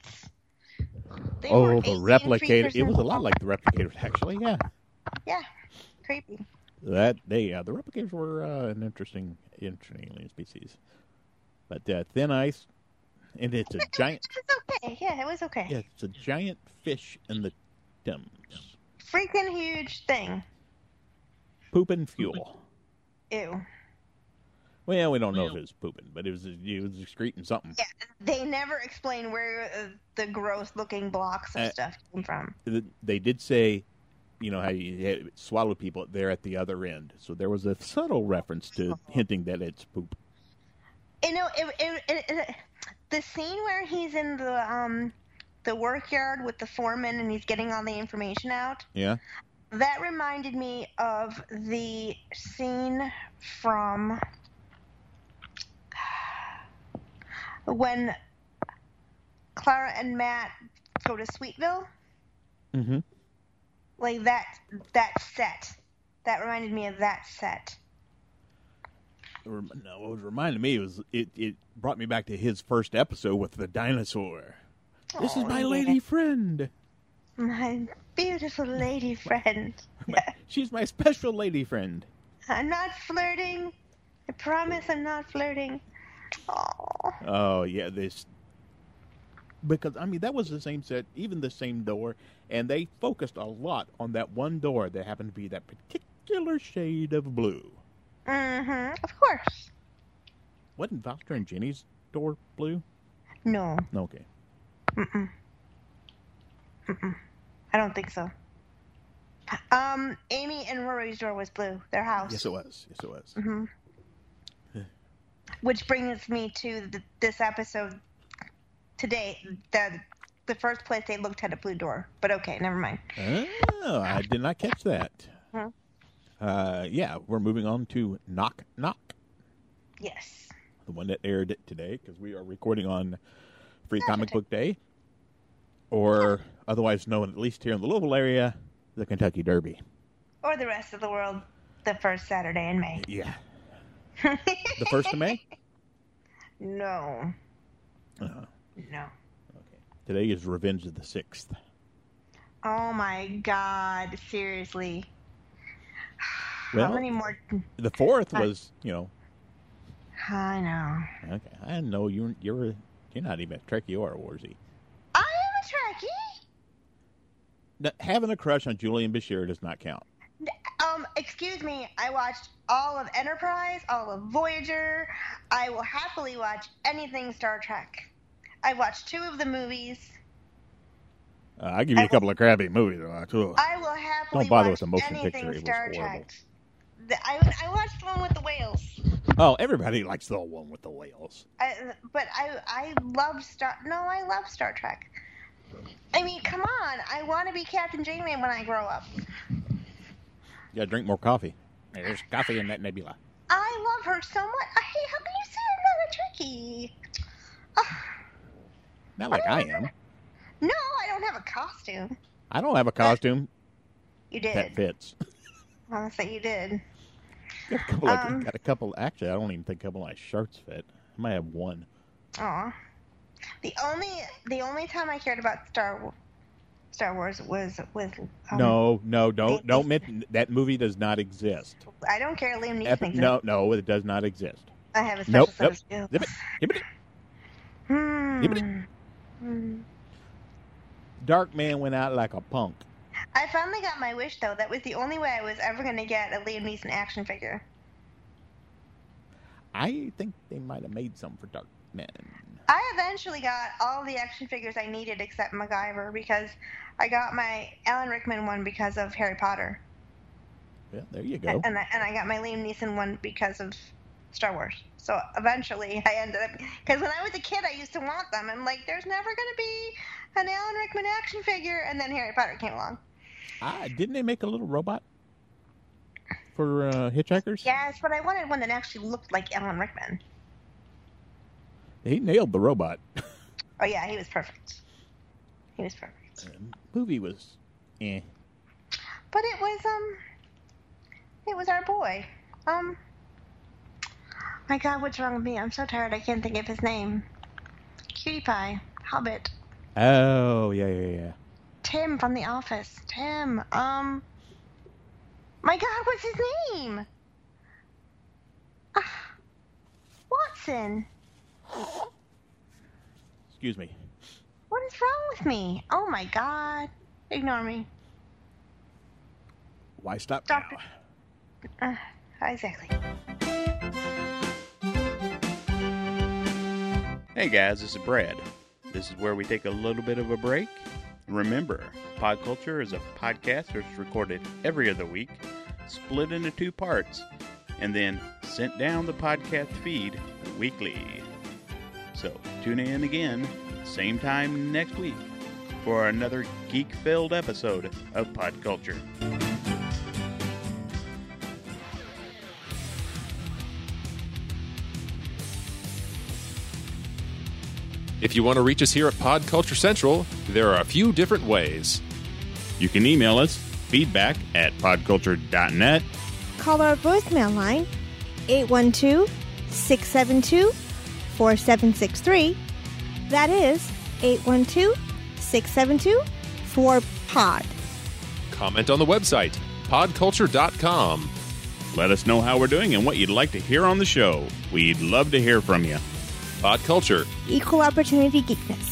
[SPEAKER 2] They were
[SPEAKER 1] Oh, the
[SPEAKER 2] alien
[SPEAKER 1] replicator.
[SPEAKER 2] creatures
[SPEAKER 1] It
[SPEAKER 2] in-
[SPEAKER 1] was a lot like the replicators, actually. Yeah.
[SPEAKER 2] Yeah,
[SPEAKER 1] [laughs]
[SPEAKER 2] creepy.
[SPEAKER 1] That they uh, the replicators were uh, an interesting, interesting alien species. But uh, thin ice, and
[SPEAKER 2] [laughs]
[SPEAKER 1] it's a giant.
[SPEAKER 2] It's okay. Yeah, it was okay.
[SPEAKER 1] Yeah, it's a giant fish in the Thames.
[SPEAKER 2] Freaking huge thing.
[SPEAKER 1] Poop and fuel.
[SPEAKER 2] Ew.
[SPEAKER 1] Well, we don't know if it was pooping, but it was it was excreting something.
[SPEAKER 2] Yeah, they never explain where uh, the gross-looking blocks of
[SPEAKER 1] Uh,
[SPEAKER 2] stuff came from.
[SPEAKER 1] th- they did say, you know, how you had- swallow people there at the other end. So there was a subtle reference to
[SPEAKER 2] Oh.
[SPEAKER 1] hinting that it's poop.
[SPEAKER 2] You know, it, it, it, it, the scene where he's in the um the work yard with the foreman and he's getting all the information out.
[SPEAKER 1] Yeah.
[SPEAKER 2] That reminded me of the scene from [sighs] when Clara and Matt go to Sweetville.
[SPEAKER 1] Mm-hmm.
[SPEAKER 2] Like that that set. That reminded me of that set.
[SPEAKER 1] No, what was reminding me was it, it brought me back to his first episode with the dinosaur. This is
[SPEAKER 2] Oh,
[SPEAKER 1] my
[SPEAKER 2] yeah.
[SPEAKER 1] lady friend.
[SPEAKER 2] My beautiful lady friend.
[SPEAKER 1] She's my special lady friend.
[SPEAKER 2] I'm not flirting. I promise I'm not flirting. Oh,
[SPEAKER 1] Oh yeah, this because I mean that was the same set, even the same door, and they focused a lot on that one door that happened to be that particular shade of blue.
[SPEAKER 2] mm-hmm. Of course.
[SPEAKER 1] Wasn't Foster and Jenny's door blue?
[SPEAKER 2] No.
[SPEAKER 1] No, Okay.
[SPEAKER 2] Mm-mm. Mm-mm. I don't think so. Um, Amy and Rory's door was blue. Their house.
[SPEAKER 1] Yes, it was. Yes, it was.
[SPEAKER 2] hmm Which brings me to th this episode today. The the first place they looked had a blue door. But okay, never mind.
[SPEAKER 1] Oh, I did not catch that.
[SPEAKER 2] Huh?
[SPEAKER 1] Uh, yeah, we're moving on to Knock Knock,
[SPEAKER 2] Yes.
[SPEAKER 1] the one that aired today because we are recording on Free Comic
[SPEAKER 2] okay.
[SPEAKER 1] Book Day, or otherwise known, at least here in the Louisville area, the Kentucky Derby.
[SPEAKER 2] Or the rest of the world. The first Saturday in May. [laughs]
[SPEAKER 1] Yeah, the first of May.
[SPEAKER 2] no.
[SPEAKER 1] Uh,
[SPEAKER 2] No.
[SPEAKER 1] okay. Today is Revenge of the Sixth.
[SPEAKER 2] Oh my god, seriously. [sighs]
[SPEAKER 1] Well-
[SPEAKER 2] How many more?
[SPEAKER 1] The fourth
[SPEAKER 2] I-
[SPEAKER 1] was, you know,
[SPEAKER 2] I know.
[SPEAKER 1] okay, I know you you're you're not even a Trekkie or a Warzy.
[SPEAKER 2] I am a Trekkie.
[SPEAKER 1] Now, having a crush on Julian Bashir does not count.
[SPEAKER 2] Um, excuse me. I watched all of Enterprise, all of Voyager. I will happily watch anything Star Trek. I watched two of the movies.
[SPEAKER 1] Uh, I'll give you
[SPEAKER 2] I
[SPEAKER 1] a couple of crappy movies to watch. Ugh.
[SPEAKER 2] I will happily
[SPEAKER 1] Don't bother
[SPEAKER 2] watch
[SPEAKER 1] with Oh, the motion
[SPEAKER 2] anything
[SPEAKER 1] picture, it was
[SPEAKER 2] Star
[SPEAKER 1] horrible.
[SPEAKER 2] Trek. The- I, I watched the one with the whales,
[SPEAKER 1] Oh, everybody likes the one with the whales.
[SPEAKER 2] I, but I I love Star. No, I love Star Trek. I mean, come on! I want to be Captain Janeway when I grow up.
[SPEAKER 1] You gotta drink more coffee. There's coffee in that nebula.
[SPEAKER 2] I love her so much. Hey, how can you say I'm not a Trekkie? Ugh.
[SPEAKER 1] Not like I am.
[SPEAKER 2] No, I don't have a costume.
[SPEAKER 1] I don't have a costume
[SPEAKER 2] You did.
[SPEAKER 1] that fits.
[SPEAKER 2] I'll say you did.
[SPEAKER 1] Got a couple. Of,
[SPEAKER 2] Um.
[SPEAKER 1] got a couple. Actually, I don't even think a couple of my shirts fit. I might have one.
[SPEAKER 2] Aw. The only the only time I cared about Star Wa- Star Wars was with um,
[SPEAKER 1] no, no, don't
[SPEAKER 2] Liam
[SPEAKER 1] don't admit that movie does not exist.
[SPEAKER 2] I don't care. Liam Neeson.
[SPEAKER 1] Epi-
[SPEAKER 2] exists.
[SPEAKER 1] no, no, it does not exist.
[SPEAKER 2] I have a special
[SPEAKER 1] Nope,
[SPEAKER 2] set
[SPEAKER 1] nope.
[SPEAKER 2] of skills.
[SPEAKER 1] Zip it, zip it.
[SPEAKER 2] Hmm.
[SPEAKER 1] Zip it.
[SPEAKER 2] Hmm.
[SPEAKER 1] Dark man went out like a punk.
[SPEAKER 2] I finally got my wish though. That was the only way I was ever going to get a Liam Neeson action figure.
[SPEAKER 1] I think they might have made some for Dark Man.
[SPEAKER 2] I eventually got all the action figures I needed except MacGyver because I got my Alan Rickman one because of Harry Potter.
[SPEAKER 1] Yeah, there you go.
[SPEAKER 2] and I, and I got my Liam Neeson one because of Star Wars. So eventually, I ended up because when I was a kid, I used to want them. I'm like, there's never gonna be an Alan Rickman action figure, and then Harry Potter came along.
[SPEAKER 1] Ah, didn't they make a little robot for uh, hitchhikers?
[SPEAKER 2] Yes, but I wanted one that actually looked like Alan Rickman.
[SPEAKER 1] He nailed the robot.
[SPEAKER 2] Oh yeah, he was perfect. He was perfect.
[SPEAKER 1] movie was, eh.
[SPEAKER 2] But it was um, it was our boy. Um, my God, what's wrong with me? I'm so tired. I can't think of his name. Cutie Pie, Hobbit.
[SPEAKER 1] Oh yeah yeah yeah.
[SPEAKER 2] Tim from The Office. Tim. Um. My God, what's his name? Ah, Watson.
[SPEAKER 1] Excuse me.
[SPEAKER 2] What is wrong with me? Oh my God. Ignore me.
[SPEAKER 1] Why stop
[SPEAKER 2] Doctor-
[SPEAKER 1] now?
[SPEAKER 2] Uh, exactly.
[SPEAKER 3] Hey guys, this is Brad. This is where we take a little bit of a break. Remember, Pod Culture is a podcast that's recorded every other week, split into two parts, and then sent down the podcast feed weekly. So tune in again, same time next week, for another geek filled episode of Pod Culture.
[SPEAKER 4] If you want to reach us here at Pod Culture Central, there are a few different ways.
[SPEAKER 3] You can email us feedback at podculture.net.
[SPEAKER 5] Call our voicemail line 812 672 4763. That is 812 672 4POD.
[SPEAKER 4] Comment on the website, podculture.com.
[SPEAKER 3] Let us know how we're doing and what you'd like to hear on the show. We'd love to hear from you.
[SPEAKER 4] Pod Culture,
[SPEAKER 5] Equal Opportunity Geekness.